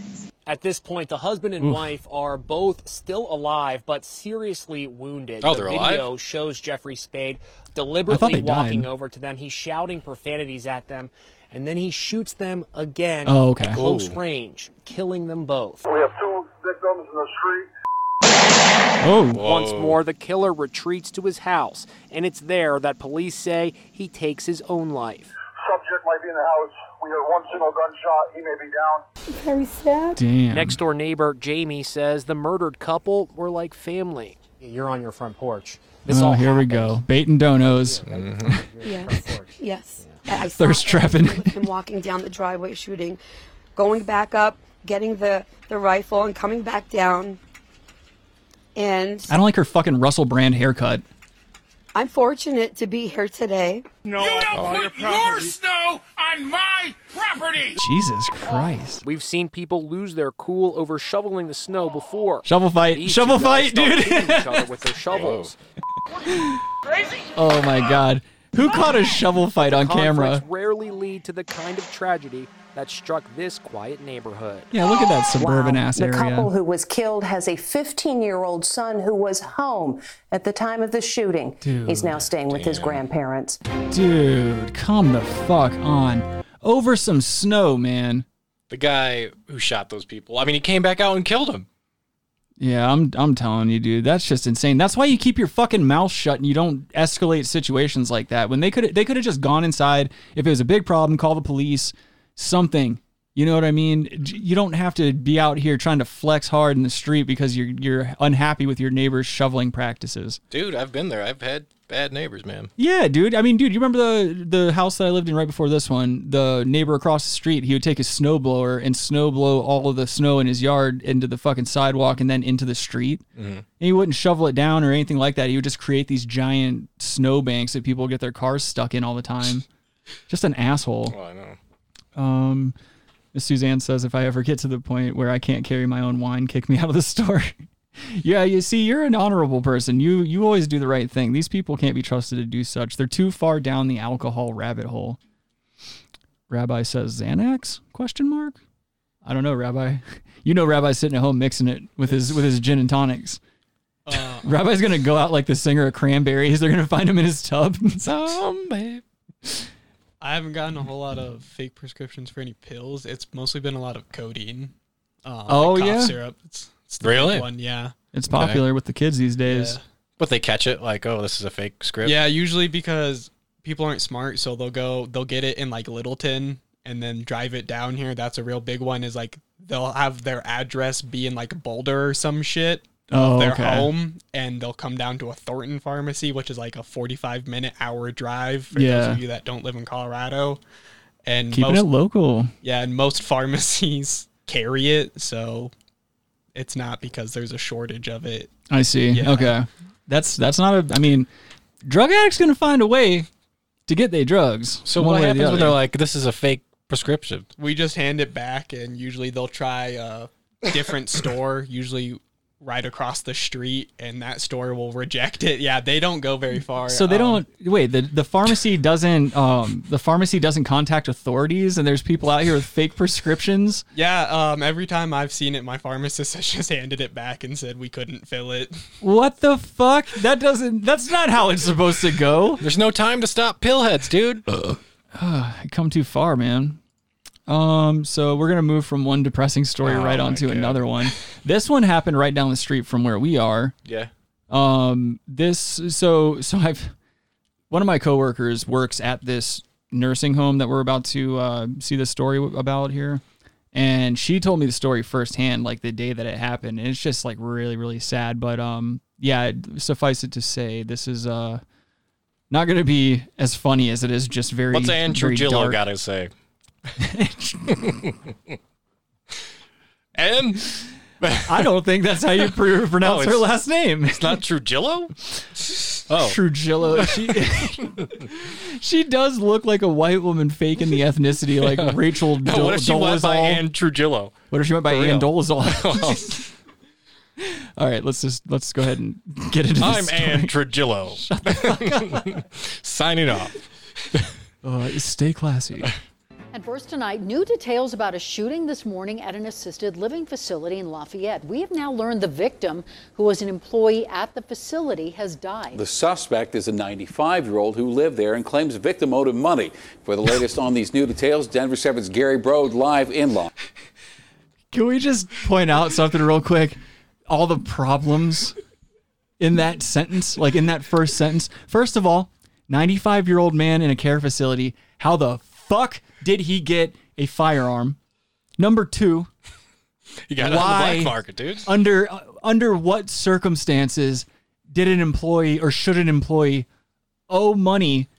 Speaker 3: At this point, the husband and
Speaker 8: Oof.
Speaker 3: wife are both still alive, but seriously wounded.
Speaker 8: Oh,
Speaker 3: the
Speaker 8: they're alive?
Speaker 3: video shows Jeffrey Spade deliberately
Speaker 7: they died.
Speaker 3: walking over to them. He's shouting profanities at them, and then he shoots them again
Speaker 7: Oh, okay.
Speaker 3: at close
Speaker 7: Ooh.
Speaker 3: range, killing them both.
Speaker 17: Victims in the street.
Speaker 7: Oh.
Speaker 3: Once more, the killer retreats to his house, and it's there that police say he takes his own life.
Speaker 17: Subject might be in the house. We heard one single gunshot. He may be down.
Speaker 14: Very sad.
Speaker 7: Damn.
Speaker 3: Next door neighbor Jamie says the murdered couple were like family. You're on your front porch. This
Speaker 7: Oh,
Speaker 3: all
Speaker 7: here we go. Bait and donos.
Speaker 14: Yes. Yes. I I saw
Speaker 7: Thirst
Speaker 14: her
Speaker 7: trapping.
Speaker 14: with him walking down the driveway shooting, going back up, getting the, the rifle, and coming back down. And
Speaker 7: I don't like her fucking Russell Brand haircut.
Speaker 14: I'm fortunate to be here today.
Speaker 15: No, you don't put your, snow on my property.
Speaker 7: Jesus Christ.
Speaker 3: We've seen people lose their cool over shoveling the snow before.
Speaker 7: Shovel fight.
Speaker 3: These
Speaker 7: Shovel
Speaker 3: two
Speaker 7: fight,
Speaker 3: guys start
Speaker 7: dude.
Speaker 3: hitting each other with their shovels.
Speaker 15: Crazy.
Speaker 7: Oh my god. Who caught a shovel fight on camera?
Speaker 3: Conflicts rarely lead to the kind of tragedy that struck this quiet neighborhood.
Speaker 7: Yeah, look at that suburban ass
Speaker 16: the couple
Speaker 7: area.
Speaker 16: who was killed has a 15 year old son who was home at the time of the shooting. He's now staying with his grandparents.
Speaker 7: Dude, come the fuck on. Over some snow, man.
Speaker 8: The guy who shot those people. I mean, he came back out and killed him.
Speaker 7: Yeah, I'm I'm telling you, dude. That's just insane. That's why you keep your fucking mouth shut and you don't escalate situations like that. When they could they could have just gone inside if it was a big problem, call the police, something. You know what I mean? J- You don't have to be out here trying to flex hard in the street because you're you're unhappy with your neighbor's shoveling practices.
Speaker 8: Dude, I've been there. I've had bad neighbors, man.
Speaker 7: Yeah, dude. I mean, dude, you remember the the house that I lived in right before this one? The neighbor across the street, he would take his snowblower and snowblow all of the snow in his yard into the fucking sidewalk and then into the street.
Speaker 8: Mhm.
Speaker 7: And he wouldn't shovel it down or anything like that. He would just create these giant snow banks that people get their cars stuck in all the time. just an asshole.
Speaker 8: Oh, I know.
Speaker 7: Um, Miss Suzanne says, if I ever get to the point where I can't carry my own wine, kick me out of the store. yeah, you see, you're an honorable person. You you always do the right thing. These people can't be trusted to do such. They're too far down the alcohol rabbit hole. Rabbi says, Xanax? Question mark. I don't know, Rabbi. You know, Rabbi's sitting at home mixing it with his with his gin and tonics.
Speaker 10: Uh,
Speaker 7: Rabbi's gonna go out like the singer of Cranberries. They're gonna find him in his tub. Zombie.
Speaker 10: I haven't gotten a whole lot of fake prescriptions for any pills. It's mostly been a lot of codeine. Um,
Speaker 7: Oh,
Speaker 10: like cough
Speaker 7: yeah?
Speaker 10: syrup. It's, it's the
Speaker 8: Really?
Speaker 10: big one, yeah.
Speaker 7: It's
Speaker 8: Okay.
Speaker 7: popular with the kids these days.
Speaker 8: But they catch it like, oh, this is a fake script.
Speaker 10: Yeah, usually because people aren't smart, so they'll go, they'll get it in like Littleton and then drive it down here. That's a real big one. Is like they'll have their address be in like Boulder or some shit.
Speaker 7: Oh,
Speaker 10: of their
Speaker 7: okay.
Speaker 10: home, and they'll come down to a Thornton pharmacy, which is like a forty-five minute hour drive for
Speaker 7: Yeah.
Speaker 10: those of you that don't live in Colorado. And
Speaker 7: Keeping
Speaker 10: most,
Speaker 7: it local.
Speaker 10: Yeah, and most pharmacies carry it, so it's not because there's a shortage of it.
Speaker 7: I see.
Speaker 10: Yeah.
Speaker 7: Okay. That's that's not a. I mean, drug addicts gonna find a way to get their drugs.
Speaker 8: So
Speaker 7: one
Speaker 8: what
Speaker 7: way or the
Speaker 8: happens when
Speaker 7: other.
Speaker 8: they're like, this is a fake prescription?
Speaker 10: We just hand it back, and usually they'll try a different store, usually right across the street, and that store will reject it. Yeah, they don't go very far.
Speaker 7: So they
Speaker 10: Um,
Speaker 7: don't wait. The the pharmacy doesn't um the pharmacy doesn't contact authorities, and there's people out here with fake prescriptions.
Speaker 10: Yeah, um, every time I've seen it, my pharmacist has just handed it back and said we couldn't fill it.
Speaker 7: What the fuck? That doesn't. That's not how it's supposed to go.
Speaker 8: There's no time to stop pillheads, dude.
Speaker 7: I come too far, man. Um, so we're gonna move from one depressing story
Speaker 8: Oh
Speaker 7: right
Speaker 8: my
Speaker 7: onto another one. This one happened right down the street from where we are.
Speaker 8: Yeah.
Speaker 7: Um, this so so I've one of my coworkers works at this nursing home that we're about to uh, see the story about here, and she told me the story firsthand, like the day that it happened, and it's just like really really sad. But um, yeah, suffice it to say, this is uh not gonna be as funny as it is just very.
Speaker 8: What's Andrew
Speaker 7: very
Speaker 8: Gillo
Speaker 7: dark.
Speaker 8: got to say? and
Speaker 7: I don't think that's how you pr- pronounce her last name.
Speaker 8: Oh, It's not Trujillo. Oh,
Speaker 7: Trujillo. She she does look like a white woman faking the ethnicity, like Rachel
Speaker 8: No,
Speaker 7: Dol-
Speaker 8: what if she went by
Speaker 7: Dolezal.
Speaker 8: Ann Trujillo?
Speaker 7: What if she went by
Speaker 8: For real.
Speaker 7: Ann Dolezal? All right, let's just let's go ahead and get into this.
Speaker 8: I'm
Speaker 7: story.
Speaker 8: Ann Trujillo. Signing off.
Speaker 7: Uh, stay classy.
Speaker 13: And first tonight, new details about a shooting this morning at an assisted living facility in Lafayette. We have now learned the victim, who was an employee at the facility, has died.
Speaker 18: The suspect is a 95 year old who lived there and claims victim owed him money. For the latest on these new details, Denver 7's Gary Brode live in law.
Speaker 7: Can we just point out something real quick? All the problems in that sentence, like in that first sentence. First of all, 95 year old man in a care facility. How the fuck did he get a firearm? Number two,
Speaker 8: You got it on the black market, dude.
Speaker 7: Under uh, under what circumstances did an employee or should an employee owe money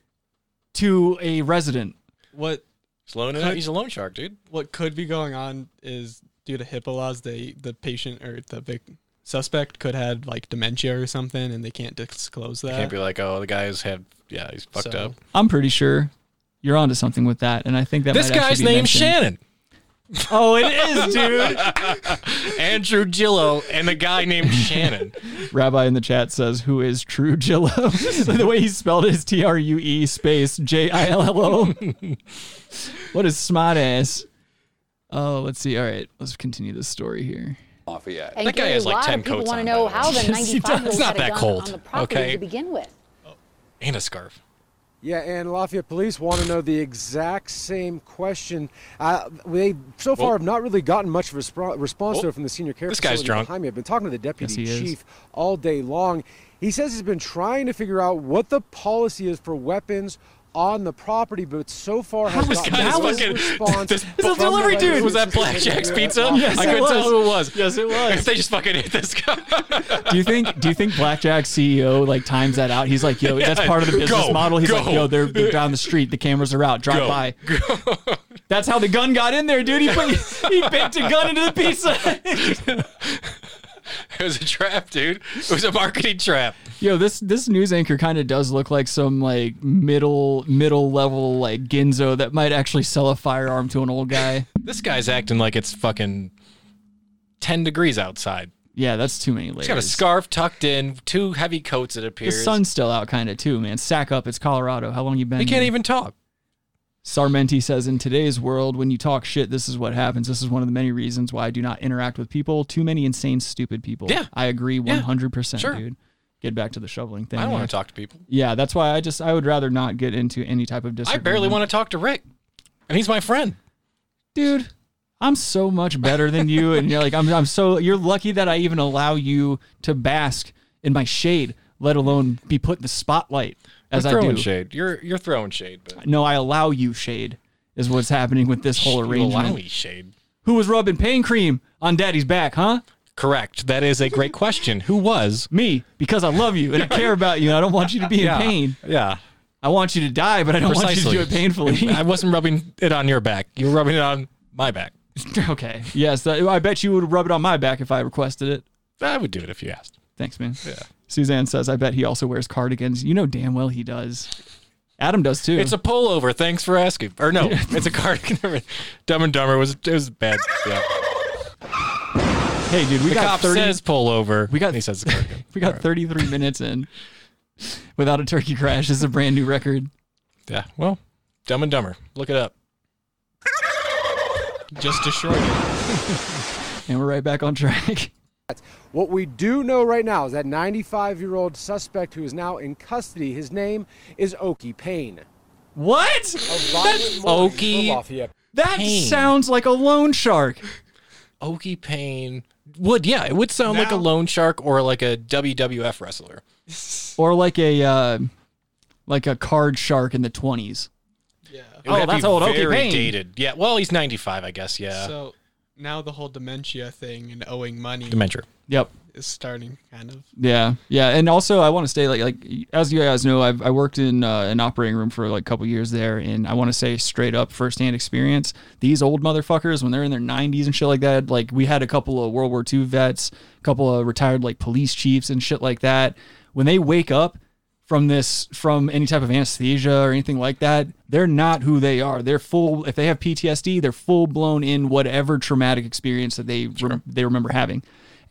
Speaker 7: to a resident?
Speaker 10: What?
Speaker 8: Sloan,
Speaker 10: could-
Speaker 8: he's a loan shark, dude.
Speaker 10: What could be going on is due to HIPAA laws, they the patient or the vic suspect could have like dementia or something, and they can't disclose that.
Speaker 8: Can't be like, oh, the guy's had, yeah, he's fucked
Speaker 10: So-
Speaker 8: up.
Speaker 7: uh, I'm pretty sure you're onto something with that, and I think that
Speaker 8: This
Speaker 7: might actually
Speaker 8: guy's
Speaker 7: be
Speaker 8: name's
Speaker 7: mentioned.
Speaker 8: Shannon.
Speaker 7: Oh, it is, dude.
Speaker 8: Andrew Gillo and a guy named Shannon.
Speaker 7: Rabbi in the chat says, "Who is True Jillo?" the way he spelled it is T R U E space J I L L O. What is smart ass? Oh, let's see. All right, let's continue this story here.
Speaker 18: Lafayette.
Speaker 13: And Gary, a lot of people want to know how the 95 year old had a gun on the property to begin with.
Speaker 8: And a scarf.
Speaker 19: Yeah, and Lafayette Police want to know the exact same question. Uh, they so far
Speaker 8: Whoa.
Speaker 19: have not really gotten much respro- response though from the senior care
Speaker 8: This
Speaker 19: facility
Speaker 8: guy's drunk.
Speaker 19: behind me. I've been talking to the deputy
Speaker 8: Yes, he is.
Speaker 19: chief all day long. He says he's been trying to figure out what the policy is for weapons on the property, but so far has
Speaker 8: This
Speaker 19: gotten
Speaker 8: guy's
Speaker 19: no
Speaker 8: fucking.
Speaker 19: response.
Speaker 8: This,
Speaker 19: from the
Speaker 8: delivery dude.
Speaker 19: police.
Speaker 8: Was that Black Jack's Pizza?
Speaker 19: Yes,
Speaker 8: I
Speaker 19: it
Speaker 8: couldn't tell
Speaker 19: was.
Speaker 8: who it was.
Speaker 7: Yes, it was.
Speaker 8: they just fucking hit this guy.
Speaker 7: Do you think? Do you think Blackjack CEO like times that out? He's like, "Yo, that's
Speaker 8: Yeah,
Speaker 7: part of the business
Speaker 8: go,
Speaker 7: model." He's
Speaker 8: go.
Speaker 7: like, "Yo, they're, they're down the street. The cameras are out. Drive
Speaker 8: Go,
Speaker 7: by." That's how the gun got in there, dude. He put, he baked a gun into the pizza.
Speaker 8: It was a trap, dude. It was a marketing trap.
Speaker 7: Yo, this this news anchor kind of does look like some like middle middle level like Ginzo that might actually sell a firearm to an old guy.
Speaker 8: This guy's acting like it's fucking 10 degrees outside.
Speaker 7: Yeah, that's too many layers.
Speaker 8: He's got a scarf tucked in, two heavy coats, it
Speaker 7: the
Speaker 8: appears.
Speaker 7: sun's still out, kind of too, man. Sack up. It's Colorado. How long you been?
Speaker 8: He can't
Speaker 7: here?
Speaker 8: even talk.
Speaker 7: Sarmenti says, in today's world, when you talk shit, this is what happens. This is one of the many reasons why I do not interact with people. Too many insane, stupid people.
Speaker 8: Yeah.
Speaker 7: I agree
Speaker 8: Yeah.
Speaker 7: 100%,
Speaker 8: Sure.
Speaker 7: dude. Get back to the shoveling thing.
Speaker 8: I don't want
Speaker 7: there.
Speaker 8: to talk to people.
Speaker 7: Yeah, that's why I just, I would rather not get into any type of
Speaker 8: I
Speaker 7: disagreement.
Speaker 8: barely want to talk to Rick, and he's my friend.
Speaker 7: Dude, I'm so much better than you. and you're like, I'm, I'm so, you're lucky that I even allow you to bask in my shade, let alone be put in the spotlight as
Speaker 8: I'm
Speaker 7: I
Speaker 8: throwing
Speaker 7: do.
Speaker 8: shade. You're you're throwing shade, but
Speaker 7: No, I allow you shade, is what's happening with this whole
Speaker 8: you
Speaker 7: arrangement.
Speaker 8: allow me shade.
Speaker 7: Who was rubbing pain cream on daddy's back, huh?
Speaker 8: Correct. That is a great question. Who was
Speaker 7: me? Because I love you and I care about you, and I don't want you to be
Speaker 8: Yeah.
Speaker 7: in pain.
Speaker 8: Yeah.
Speaker 7: I want you to die, but I don't want
Speaker 8: Precisely.
Speaker 7: you to do it painfully.
Speaker 8: I wasn't rubbing it on your back. You were rubbing it on my back.
Speaker 7: okay. Yes, that- I bet you would rub it on my back if I requested it.
Speaker 8: I would do it if you asked.
Speaker 7: Thanks, man.
Speaker 8: Yeah.
Speaker 7: Suzanne says, "I bet he also wears cardigans. You know damn well he does. Adam does too.
Speaker 8: It's a pullover. Thanks for asking. Or no, it's a cardigan. Dumb and Dumber was it was bad. Yeah.
Speaker 7: hey, dude. We
Speaker 8: the
Speaker 7: got
Speaker 8: cop
Speaker 7: 30
Speaker 8: says pullover. We
Speaker 7: got
Speaker 8: he says the cardigan.
Speaker 7: we got 33 minutes in without a turkey crash. This is a brand new record.
Speaker 8: Yeah. Well, Dumb and Dumber. Look it up.
Speaker 10: Just destroyed it.
Speaker 7: and we're right back on track.
Speaker 19: What we do know right now is that 95 year old suspect who is now in custody, his name is Oki Payne.
Speaker 7: What?
Speaker 19: That's
Speaker 7: That sounds like a loan shark.
Speaker 8: Oki Payne would yeah, it would sound like a loan shark or like a WWF wrestler.
Speaker 7: or like a uh, like a card shark in the 20s.
Speaker 8: It
Speaker 7: Oh,
Speaker 8: would have to
Speaker 7: that's
Speaker 8: be
Speaker 7: old Oki
Speaker 8: very
Speaker 7: Payne.
Speaker 8: dated. Yeah. Well, he's 95, I guess. Yeah.
Speaker 10: So now the whole dementia thing and owing money.
Speaker 8: Dementia.
Speaker 7: Yep.
Speaker 10: Is starting kind of.
Speaker 7: Yeah, yeah, and also I want to say like like as you guys know, I've I worked in uh, an operating room for like a couple years there, and I want to say straight up firsthand experience. These old motherfuckers when they're in their 90s and shit like that, like we had a couple of World War II vets, a couple of retired like police chiefs and shit like that. When they wake up from this from any type of anesthesia or anything like that, they're not who they are. They're full. If they have PTSD, they're full blown in whatever traumatic experience that they rem- they remember having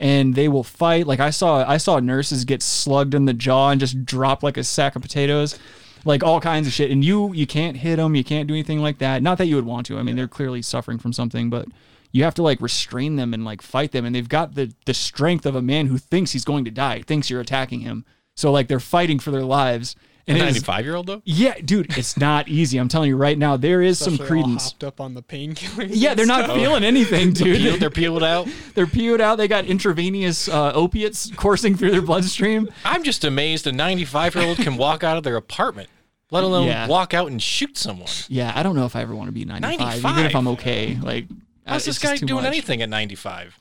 Speaker 7: and they will fight. Like I saw, I saw nurses get slugged in the jaw and just drop like a sack of potatoes. like all kinds of shit. And you you can't hit them, you can't do anything like that. Not that you would want to. I mean, they're clearly suffering from something, but you have to like restrain them and like fight them. And they've got the the strength of a man who thinks he's going to die, thinks you're attacking him. So like they're fighting for their lives.
Speaker 8: A
Speaker 7: it is-
Speaker 8: 95 year old though.
Speaker 7: Yeah, dude, it's not easy. I'm telling you right now, there is
Speaker 10: Especially
Speaker 7: some
Speaker 10: all
Speaker 7: credence.
Speaker 10: hopped up on the painkillers.
Speaker 7: Yeah,
Speaker 10: and
Speaker 7: they're not
Speaker 10: stuff.
Speaker 7: feeling anything, dude.
Speaker 8: peeled- they're peeled out.
Speaker 7: they're peeled out. They got intravenous uh, opiates coursing through their bloodstream.
Speaker 8: I'm just amazed a 95 year old can walk out of their apartment, let alone
Speaker 7: Yeah. Uh,
Speaker 8: walk out and shoot someone.
Speaker 7: Yeah, I don't know if I ever want to be 95, even if
Speaker 8: 95?
Speaker 7: I'm okay. Like, uh,
Speaker 8: How's this
Speaker 7: it's just
Speaker 8: guy
Speaker 7: too
Speaker 8: doing
Speaker 7: much.
Speaker 8: anything at 95?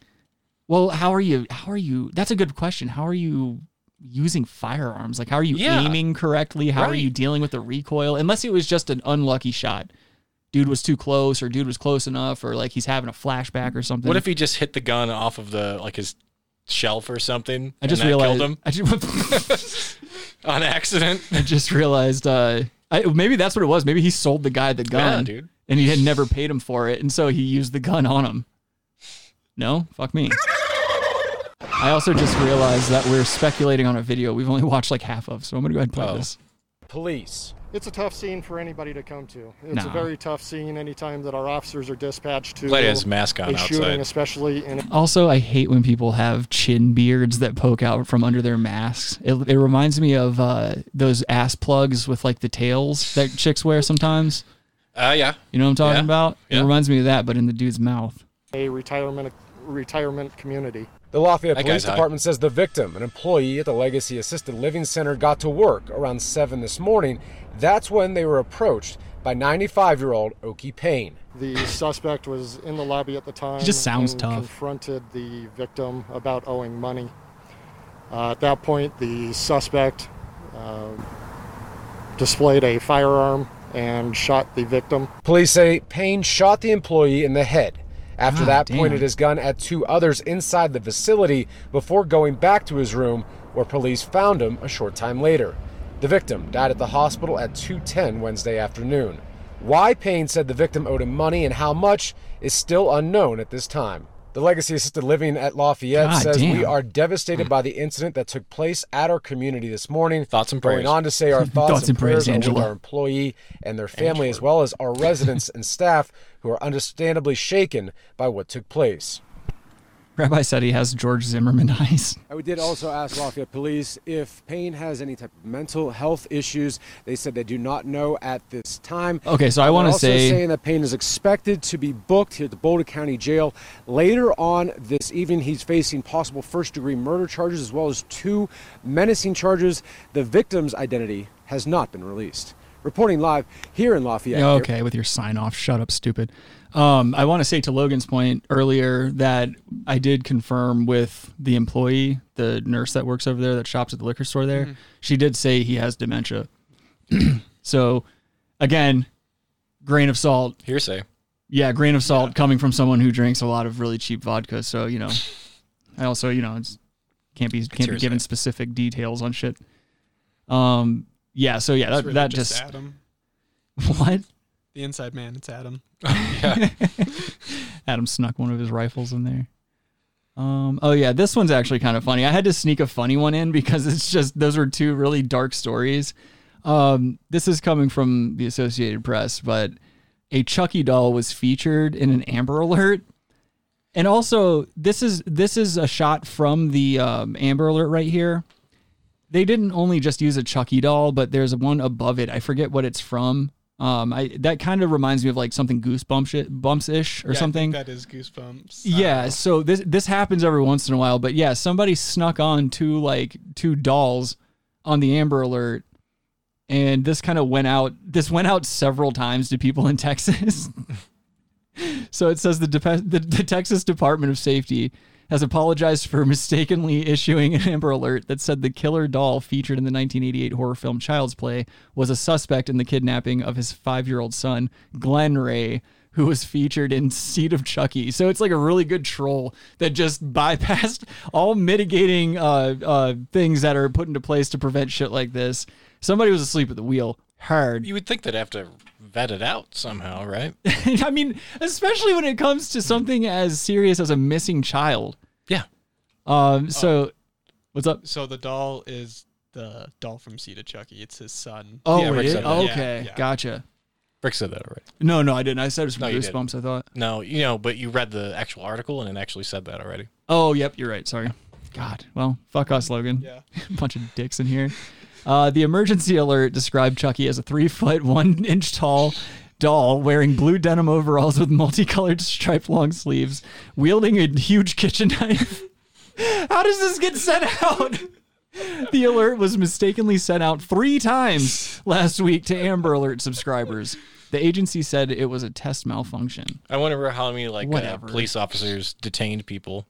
Speaker 7: Well, how are you? How are you? That's a good question. How are you using firearms? Like, how are you
Speaker 8: Yeah.
Speaker 7: aiming correctly? How are you
Speaker 8: Right.
Speaker 7: dealing with the recoil? Unless it was just an unlucky shot. Dude was too close, or dude was close enough, or like he's having a flashback or something.
Speaker 8: What if he just hit the gun off of the like his shelf or something?
Speaker 7: I just
Speaker 8: and that
Speaker 7: realized.
Speaker 8: killed him
Speaker 7: I just,
Speaker 8: on accident.
Speaker 7: I just realized uh, I, maybe that's what it was. Maybe he sold the guy the gun,
Speaker 8: dude.
Speaker 7: and he had never paid him for it, and so he used the gun on him. No, fuck me. I also just realized that we're speculating on a video we've only watched like half of, so I'm gonna go ahead and play
Speaker 8: Oh.
Speaker 7: this.
Speaker 20: police. It's a tough scene for anybody to come to. It's
Speaker 7: Nah.
Speaker 20: a very tough scene anytime that our officers are dispatched to
Speaker 8: Glad he has a mask on
Speaker 20: a shooting,
Speaker 8: outside.
Speaker 20: especially in a
Speaker 7: Also, I hate when people have chin beards that poke out from under their masks. It, it reminds me of uh, those ass plugs with like the tails that chicks wear sometimes.
Speaker 8: Uh, yeah.
Speaker 7: You know what I'm talking
Speaker 8: Yeah.
Speaker 7: about? It
Speaker 8: Yeah.
Speaker 7: reminds me of that, but in the dude's mouth.
Speaker 20: a retirement retirement community.
Speaker 19: The Lafayette
Speaker 20: That
Speaker 19: Police
Speaker 20: guy's hot.
Speaker 19: Department says the victim, an employee at the Legacy Assisted Living Center, got to work around 7 this morning. That's when they were approached by 95 year old Oki Payne.
Speaker 20: The suspect was in the lobby at the time.
Speaker 7: He just sounds
Speaker 20: and
Speaker 7: tough.
Speaker 20: Confronted the victim about owing money. Uh, at that point, the suspect uh, displayed a firearm and shot the victim.
Speaker 19: Police say Payne shot the employee in the head. After
Speaker 8: Ah,
Speaker 20: God
Speaker 19: that,
Speaker 20: damn.
Speaker 19: pointed his gun at two others inside the facility before going back to his room, where police found him a short time later. The victim died at the hospital at 2:10 Wednesday afternoon. Why Payne said the victim owed him money and how much is still unknown at this time. The Legacy Assisted Living at Lafayette
Speaker 8: God
Speaker 19: says we
Speaker 8: damn.
Speaker 19: are devastated by the incident that took place at our community this morning. Thoughts
Speaker 8: and prayers.
Speaker 19: Going on to say our thoughts,
Speaker 8: Thoughts
Speaker 19: and
Speaker 8: and prayers,
Speaker 19: prayers, are with
Speaker 8: Angela.
Speaker 19: our employee and their family, as well as our residents and staff who are understandably shaken by what took place.
Speaker 7: Rabbi said he has George Zimmerman eyes.
Speaker 19: We did also ask Lafayette Police if Payne has any type of mental health issues. They said they do not know at this time.
Speaker 7: Okay, so I wanna
Speaker 19: They're also
Speaker 7: say-
Speaker 19: saying that Payne is expected to be booked here at the Boulder County Jail later on this evening. He's facing possible first-degree murder charges as well as two menacing charges. The victim's identity has not been released. Reporting live here in Lafayette.
Speaker 7: Yeah, okay, with your sign off. Shut up, stupid. Um, I want to say to Logan's point earlier that I did confirm with the employee, the nurse that works over there that shops at the liquor store there.
Speaker 10: Mhm.
Speaker 7: She did say he has dementia. so, again, grain of salt.
Speaker 8: Hearsay.
Speaker 7: Yeah, grain of salt coming from someone who drinks a lot of really cheap vodka. So, you know, I also, you know, it's can't be can't be
Speaker 10: hearsay.
Speaker 7: given specific details on shit. Um, yeah, so yeah,
Speaker 10: It's
Speaker 7: that,
Speaker 10: really
Speaker 7: that
Speaker 10: just
Speaker 7: just
Speaker 10: Adam.
Speaker 7: what?
Speaker 10: The inside man, it's Adam.
Speaker 7: Adam snuck one of his rifles in there. Um, oh yeah, this one's actually kind of funny. I had to sneak a funny one in because it's just those are two really dark stories. Um, this is coming from the Associated Press, but a Chucky doll was featured in an Amber Alert, and also this is this is a shot from the um, Amber Alert right here. They didn't only just use a Chucky doll, but there's one above it. I forget what it's from. Um, I that kind of reminds me of like something goosebumps bumps ish or
Speaker 10: Yeah, I think
Speaker 7: something.
Speaker 10: that is goosebumps.
Speaker 7: Yeah, so this this happens every once in a while, but yeah, somebody snuck on two like two dolls on the Amber Alert, and this kind of went out. This went out several times to people in Texas. so it says the, Depe- the the Texas Department of Safety has apologized for mistakenly issuing an Amber Alert that said the killer doll featured in the 1988 horror film Child's Play was a suspect in the kidnapping of his five-year-old son Glenn Ray. Who was featured in Seed of Chucky? So it's like a really good troll that just bypassed all mitigating uh, uh, things that are put into place to prevent shit like this. Somebody was asleep at the wheel. Hard.
Speaker 8: You would think they'd have to vet it out somehow, right?
Speaker 7: I mean, especially when it comes to something as serious as a missing child.
Speaker 8: Yeah. Oh.
Speaker 7: Um. So, what's up?
Speaker 10: So the doll is the doll from Seed of Chucky. It's his son.
Speaker 7: Oh,
Speaker 10: Yeah,
Speaker 7: it
Speaker 10: Rick
Speaker 7: is?
Speaker 10: said that. Yeah,
Speaker 7: okay,
Speaker 10: yeah.
Speaker 7: gotcha.
Speaker 8: Rick said that already.
Speaker 7: No, no, I didn't. I said it was from
Speaker 8: No, you didn't.
Speaker 7: Goosebumps. I thought.
Speaker 8: No, you know, but you read the actual article and it actually said that already.
Speaker 7: Oh, yep, you're right. Sorry. God. Well, fuck us, Logan. Yeah. Bunch of dicks in here. Uh, the emergency alert described Chucky as a three foot, one inch tall doll wearing blue denim overalls with multicolored striped long sleeves, wielding a huge kitchen knife. How does this get sent out? The alert was mistakenly sent out three times last week to Amber Alert subscribers. The agency said it was a test malfunction.
Speaker 8: I wonder how many like uh,
Speaker 7: Whatever.
Speaker 8: police officers detained people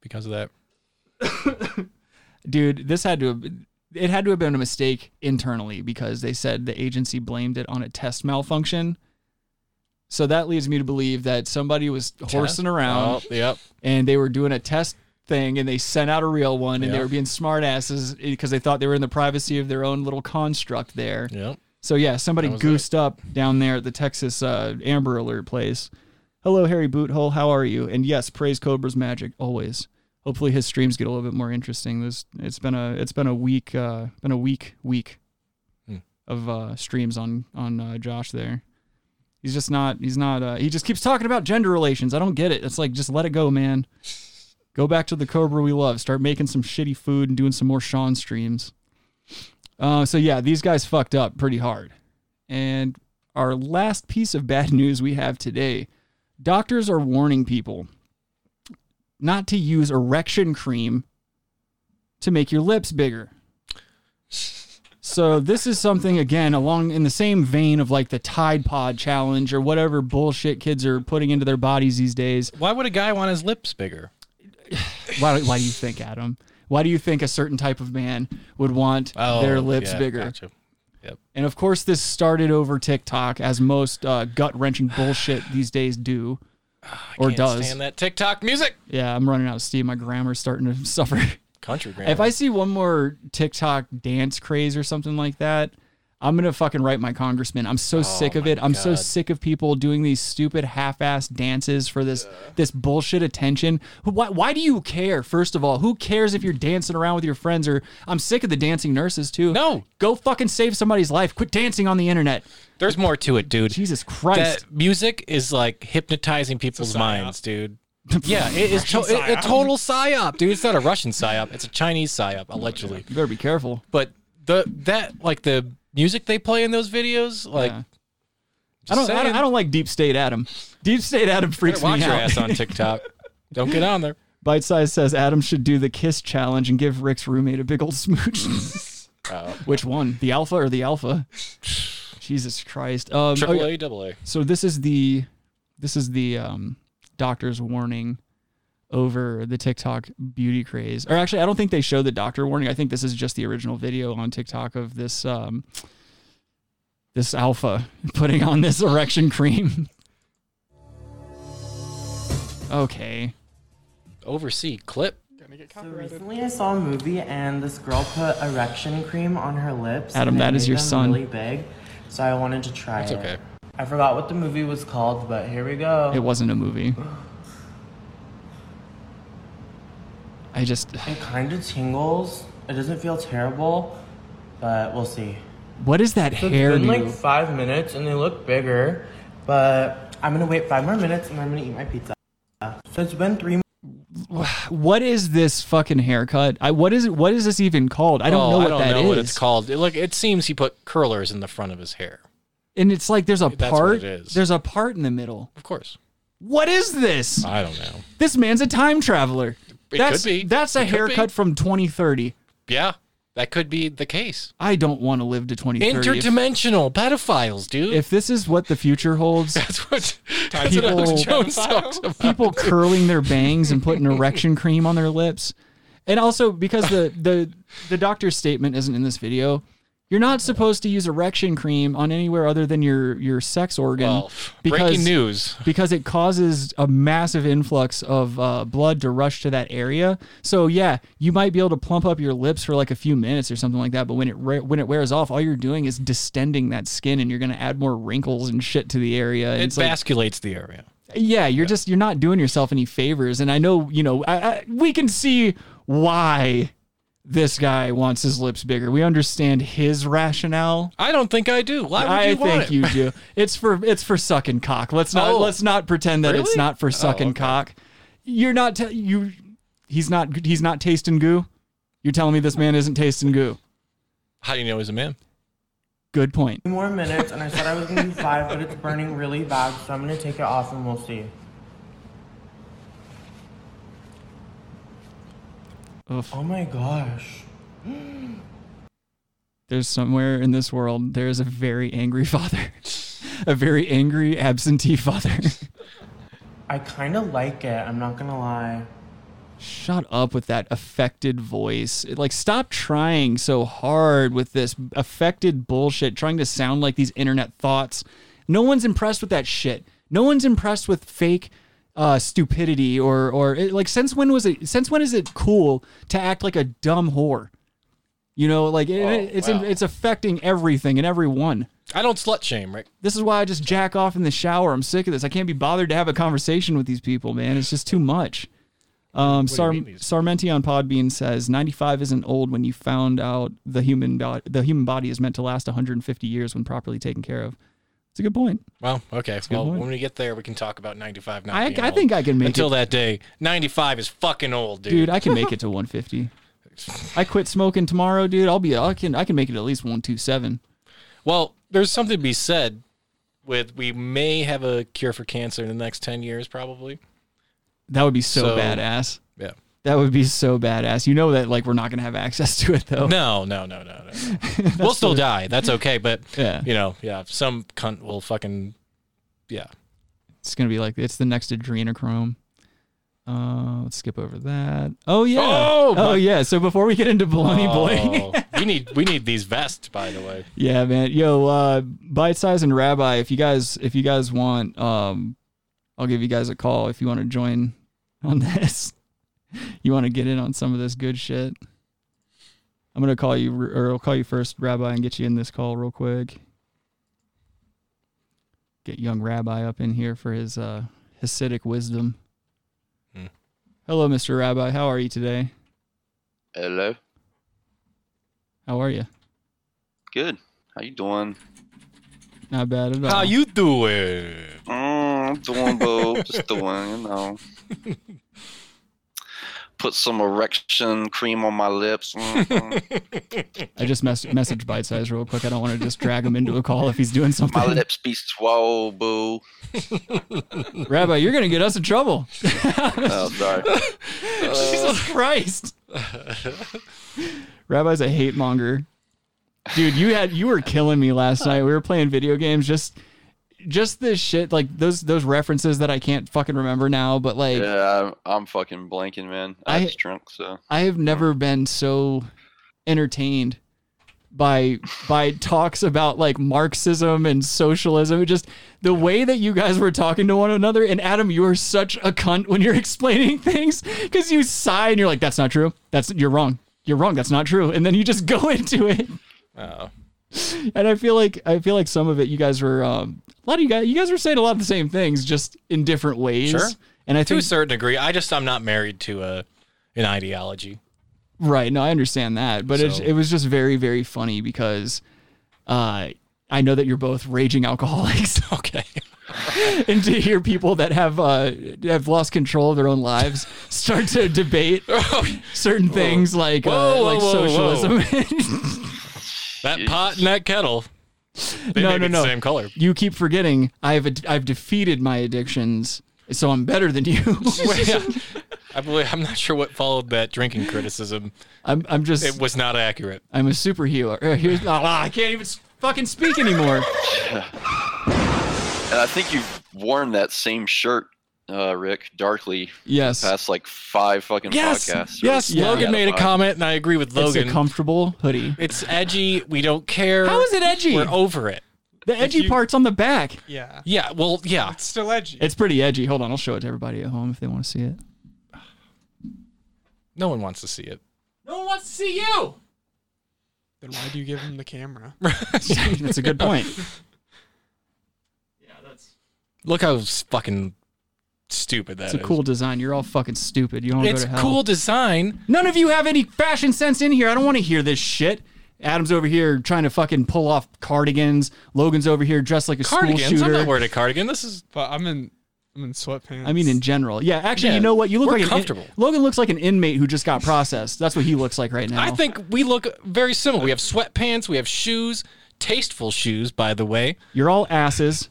Speaker 8: because of that.
Speaker 7: dude this had to have it had to have been a mistake internally because they said the agency blamed it on a test malfunction so that leads me to believe that somebody was horsing around
Speaker 8: Oh, yep.
Speaker 7: and they were doing a test thing and they sent out a real one and they
Speaker 8: Yeah.
Speaker 7: were being smartasses because they thought they were in the privacy of their own little construct there
Speaker 8: Yep.
Speaker 7: so yeah somebody
Speaker 8: That was
Speaker 7: goosed up down there at the texas uh, amber alert place hello harry boothole how are you and yes praise cobra's magic always hopefully his streams get a little bit more interesting this it's been a it's been a week uh been a week week
Speaker 8: Hmm.
Speaker 7: of uh streams on on uh, josh there he's just not he's not uh he just keeps talking about gender relations i don't get it it's like just let it go man go back to the cobra we love start making some shitty food and doing some more sean streams uh, so yeah, these guys fucked up pretty hard. And our last piece of bad news we have today: doctors are warning people not to use erection cream to make your lips bigger. So this is something again along in the same vein of like the Tide Pod challenge or whatever bullshit kids are putting into their bodies these days.
Speaker 8: Why would a guy want his lips bigger?
Speaker 7: Why, why do you think, Adam? Why do you think a certain type of man would want
Speaker 8: Oh,
Speaker 7: their lips
Speaker 8: yeah,
Speaker 7: bigger?
Speaker 8: gotcha. Yep.
Speaker 7: And of course, this started over TikTok, as most uh, gut wrenching bullshit these days do or
Speaker 8: Can't
Speaker 7: does.
Speaker 8: stand that TikTok music.
Speaker 7: Yeah, I'm running out of steam. My grammar's starting to suffer.
Speaker 8: Country grammar.
Speaker 7: if I see one more TikTok dance craze or something like that, I'm gonna fucking write my congressman. I'm so sick of it. I'm so
Speaker 8: Oh God.
Speaker 7: sick of people doing these stupid half-ass dances for this this bullshit attention. Who- Why, why do you care? First of all, who cares if you're dancing around with your friends? Or I'm sick of the dancing nurses too. No, go fucking save somebody's life. Quit dancing on the internet.
Speaker 8: There's more to it, dude.
Speaker 7: Jesus Christ.
Speaker 8: That music is like hypnotizing people's minds, dude. yeah, it is to-
Speaker 7: Russian
Speaker 8: it- a
Speaker 7: psyop.
Speaker 8: total psyop, dude. It's not a Russian psyop; it's a Chinese psyop, allegedly.
Speaker 7: Oh You better be careful.
Speaker 8: But the that like the music they play in those videos, like
Speaker 7: Yeah. I don't, I don't. I don't like Deep State Adam. Deep State Adam freaks
Speaker 8: watch
Speaker 7: me
Speaker 8: your
Speaker 7: out.
Speaker 8: ass on TikTok. don't get on there.
Speaker 7: Bite size says Adam should do the kiss challenge and give Rick's roommate a big old smooch. Which one, the alpha or the alpha? Jesus Christ! Um,
Speaker 8: Triple
Speaker 7: okay.
Speaker 8: A, double A.
Speaker 7: So this is the this is the um, doctor's warning over the TikTok beauty craze. Or actually, I don't think they show the doctor warning. I think this is just the original video on TikTok of this um, this alpha putting on this erection cream. okay.
Speaker 8: Oversee clip.
Speaker 21: So recently, I saw a movie and this girl put erection cream on her lips.
Speaker 7: Adam,
Speaker 21: and it
Speaker 7: that is
Speaker 21: made
Speaker 7: your
Speaker 21: them
Speaker 7: son.
Speaker 21: Really big, so I wanted to try
Speaker 7: That's
Speaker 21: it.
Speaker 7: okay.
Speaker 21: I forgot what the movie was called, but here we go.
Speaker 7: It wasn't a movie. I just.
Speaker 21: It kind of tingles. It doesn't feel terrible, but we'll see.
Speaker 7: What is that
Speaker 21: So it's
Speaker 7: hair?
Speaker 21: been like five minutes, and they look bigger, but I'm gonna wait five more minutes, and I'm gonna eat my pizza. So it's been three.
Speaker 7: what is this fucking haircut? I what is it? What is this even called? I don't
Speaker 8: Oh,
Speaker 7: know
Speaker 8: I
Speaker 7: what that
Speaker 8: don't
Speaker 7: is.
Speaker 8: know what it's called. It- look, it seems he put curlers in the front of his hair.
Speaker 7: And it's like there's a
Speaker 8: That's what
Speaker 7: part.
Speaker 8: it is.
Speaker 7: There's a part in the middle.
Speaker 8: Of course.
Speaker 7: What is this?
Speaker 8: I don't know.
Speaker 7: This man's a time traveler.
Speaker 8: It
Speaker 7: that's
Speaker 8: could be.
Speaker 7: that's a
Speaker 8: It could be.
Speaker 7: haircut from 2030.
Speaker 8: Yeah, that could be the case.
Speaker 7: I don't want to live to 2030. if-
Speaker 8: Interdimensional pedophiles, dude.
Speaker 7: If this is what the future holds,
Speaker 8: that's what
Speaker 7: Time
Speaker 8: that's what Alex
Speaker 7: travel.
Speaker 8: Jones talks about.
Speaker 7: people curling their bangs and putting erection cream on their lips. And also because the the the doctor's statement isn't in this video, you're not supposed to use erection cream on anywhere other than your your sex organ.
Speaker 8: Well, breaking news.
Speaker 7: Because it causes a massive influx of uh, blood to rush to that area. So yeah, you might be able to plump up your lips for like a few minutes or something like that. But when it re- when it wears off, all you're doing is distending that skin, and you're gonna add more wrinkles and shit to the area. And
Speaker 8: It
Speaker 7: Uh, it's like-
Speaker 8: basculates the area.
Speaker 7: yeah, you're just you're not doing yourself any favors, and I know you know I, I, we can see why this guy wants his lips bigger. We understand his rationale.
Speaker 8: I don't think I do. Why would
Speaker 7: I
Speaker 8: you want
Speaker 7: think
Speaker 8: it?
Speaker 7: you do. It's for it's for sucking cock. Let's not
Speaker 8: Oh.
Speaker 7: let's not pretend that it's
Speaker 8: Really?
Speaker 7: not for
Speaker 8: Oh,
Speaker 7: sucking cock. You're not te- you. He's not he's not tasting goo. You're telling me this man isn't tasting goo.
Speaker 8: How do you know he's a man?
Speaker 7: Good point.
Speaker 21: Two more minutes, and I said I was gonna do five, but it's burning really bad, so I'm gonna take it off and we'll see. Oh my gosh.
Speaker 7: There's somewhere in this world there is a very angry father, a very angry absentee father.
Speaker 21: I kinda like it, I'm not gonna lie.
Speaker 7: Shut up with that affected voice. Like, stop trying so hard with this affected bullshit, trying to sound like these internet thoughts. No one's impressed with that shit. No one's impressed with fake uh, stupidity or or it, like. Since when was it? Since when is it cool to act like a dumb whore? You know, like it, it's
Speaker 8: wow.
Speaker 7: it's affecting everything and everyone.
Speaker 8: I don't slut shame, Rick.
Speaker 7: This is why I just jack off in the shower. I'm sick of this. I can't be bothered to have a conversation with these people, man. It's just too much. Um,
Speaker 8: do you
Speaker 7: Sar-
Speaker 8: mean these-
Speaker 7: Sarmenti on Podbean says 95 isn't old when you found out the human bo- the human body is meant to last 150 years when properly taken care of. It's a good point.
Speaker 8: Well, okay.
Speaker 7: a good
Speaker 8: Well,
Speaker 7: point.
Speaker 8: when we get there, we can talk about 95 not
Speaker 7: I-
Speaker 8: being
Speaker 7: I
Speaker 8: old.
Speaker 7: think I can make
Speaker 8: Until
Speaker 7: it.
Speaker 8: that day, 95 is fucking old, dude.
Speaker 7: Dude, I can make it to 150. I quit smoking tomorrow, dude. I'll be I can I can make it at least 127.
Speaker 8: Well, there's something to be said with we may have a cure for cancer in the next 10 years, probably.
Speaker 7: That would be so,
Speaker 8: So,
Speaker 7: badass.
Speaker 8: yeah.
Speaker 7: That would be so badass. You know that like we're not going to have access to it though.
Speaker 8: No, Oh, no, no, no, no. no. we'll still die. That's okay. But,
Speaker 7: Yeah.
Speaker 8: you know, yeah, some cunt will fucking, yeah.
Speaker 7: It's gonna be like it's the next adrenochrome. Uh, let's skip over that. Oh yeah. Oh,
Speaker 8: my-
Speaker 7: yeah. So before we get into baloney boy,
Speaker 8: Oh, we need we need these vests, by the way.
Speaker 7: yeah, man. Yo, uh, bite size and rabbi. If you guys, if you guys want, um, I'll give you guys a call if you want to join on this. you want to get in on some of this good shit. I'm gonna call you, or I'll call you first, rabbi, and get you in this call real quick. Get young rabbi up in here for his uh, Hasidic wisdom.
Speaker 8: Hmm.
Speaker 7: Hello, Mr. Rabbi. How are you today?
Speaker 1: Hello.
Speaker 7: How are you?
Speaker 1: Good. How you doing?
Speaker 7: Not bad at all.
Speaker 8: doing?
Speaker 1: Mm, I'm doing well. Just doing, you know. Put some erection cream on my lips. Mm-hmm. Mhm.
Speaker 7: I just mess- message bite size real quick. I don't want to just drag him into a call if he's doing
Speaker 1: my
Speaker 7: something.
Speaker 1: lips be swole, boo.
Speaker 7: Rabbi, you're gonna get us in trouble.
Speaker 1: Oh, sorry.
Speaker 7: Jesus Christ. Rabbi's a hate monger. Dude, you had you were killing me last night. We were playing video games, just just this shit, like those those references that I can't fucking remember now, but like
Speaker 1: yeah, I'm, I'm fucking blanking, man. I,
Speaker 7: I-
Speaker 1: just drunk, so.
Speaker 7: I have never been so entertained by by talks about like Marxism and socialism. It just the way that you guys were talking to one another. And Adam, you are such a cunt when you're explaining things because you sigh and you're like, "That's not true. That's you're wrong. You're wrong. That's not true." And then you just go into it.
Speaker 8: Oh.
Speaker 7: And I feel like I feel like some of it you guys were um, a lot of you guys you guys were saying a lot of the same things just in different ways.
Speaker 8: Sure.
Speaker 7: And I
Speaker 8: to a
Speaker 7: think
Speaker 8: certain degree, I just I'm not married to a an ideology.
Speaker 7: Right. No, I understand that, but it,
Speaker 8: So-
Speaker 7: it was just very, very funny because uh, I know that you're both raging alcoholics.
Speaker 8: Okay.
Speaker 7: and to hear people that have uh, have lost control of their own lives start to debate certain things like uh,
Speaker 8: Oh. Whoa,
Speaker 7: like
Speaker 8: whoa, whoa,
Speaker 7: socialism.
Speaker 8: That pot and that kettle. They
Speaker 7: no,
Speaker 8: may
Speaker 7: no,
Speaker 8: be the
Speaker 7: no.
Speaker 8: same color.
Speaker 7: You keep forgetting. I've ad- I've defeated my addictions, so I'm better than you.
Speaker 8: I believe I'm not sure what followed that drinking criticism.
Speaker 7: I'm I'm just
Speaker 8: It was not accurate.
Speaker 7: I'm a superhero. Uh, here's, ah, I can't even s- fucking speak anymore.
Speaker 1: And I think you've worn that same shirt, uh, Rick, darkly. for the
Speaker 7: Yes.
Speaker 1: Past like five fucking
Speaker 8: Yes,
Speaker 1: podcasts. or
Speaker 8: yes.
Speaker 7: Yeah.
Speaker 8: Logan made a
Speaker 1: five.
Speaker 8: comment, and I agree with Logan.
Speaker 7: It's a comfortable hoodie.
Speaker 8: It's edgy. We don't care.
Speaker 7: How is it edgy?
Speaker 8: We're over it.
Speaker 7: The edgy part's on the back.
Speaker 10: Yeah.
Speaker 8: Yeah. Well, yeah.
Speaker 10: It's still edgy.
Speaker 7: It's pretty edgy. Hold on, I'll show it to everybody at home if they want to see it.
Speaker 8: No one wants to see it.
Speaker 10: No one wants to see you. Then why do you give him the camera?
Speaker 7: That's a good point.
Speaker 8: Look how s- fucking stupid that
Speaker 7: It's
Speaker 8: is.
Speaker 7: a cool design. You're all fucking stupid. You don't
Speaker 8: It's
Speaker 7: go to hell.
Speaker 8: cool design.
Speaker 7: None of you have any fashion sense in here. I don't want to hear this shit. Adam's over here trying to fucking pull off cardigans. Logan's over here dressed like a school
Speaker 8: Cardigans.
Speaker 7: shooter.
Speaker 8: I'm not wearing a cardigan. This is.
Speaker 10: But I'm in I'm in sweatpants.
Speaker 7: I mean, in general, yeah. Actually,
Speaker 10: Yeah,
Speaker 7: you know what? You look
Speaker 10: we're
Speaker 7: like an in-
Speaker 10: comfortable.
Speaker 7: Logan looks like an inmate who just got processed. That's what he looks like right now.
Speaker 8: I think we look very similar. We have sweatpants. We have shoes. Tasteful shoes, by the way.
Speaker 7: You're all asses.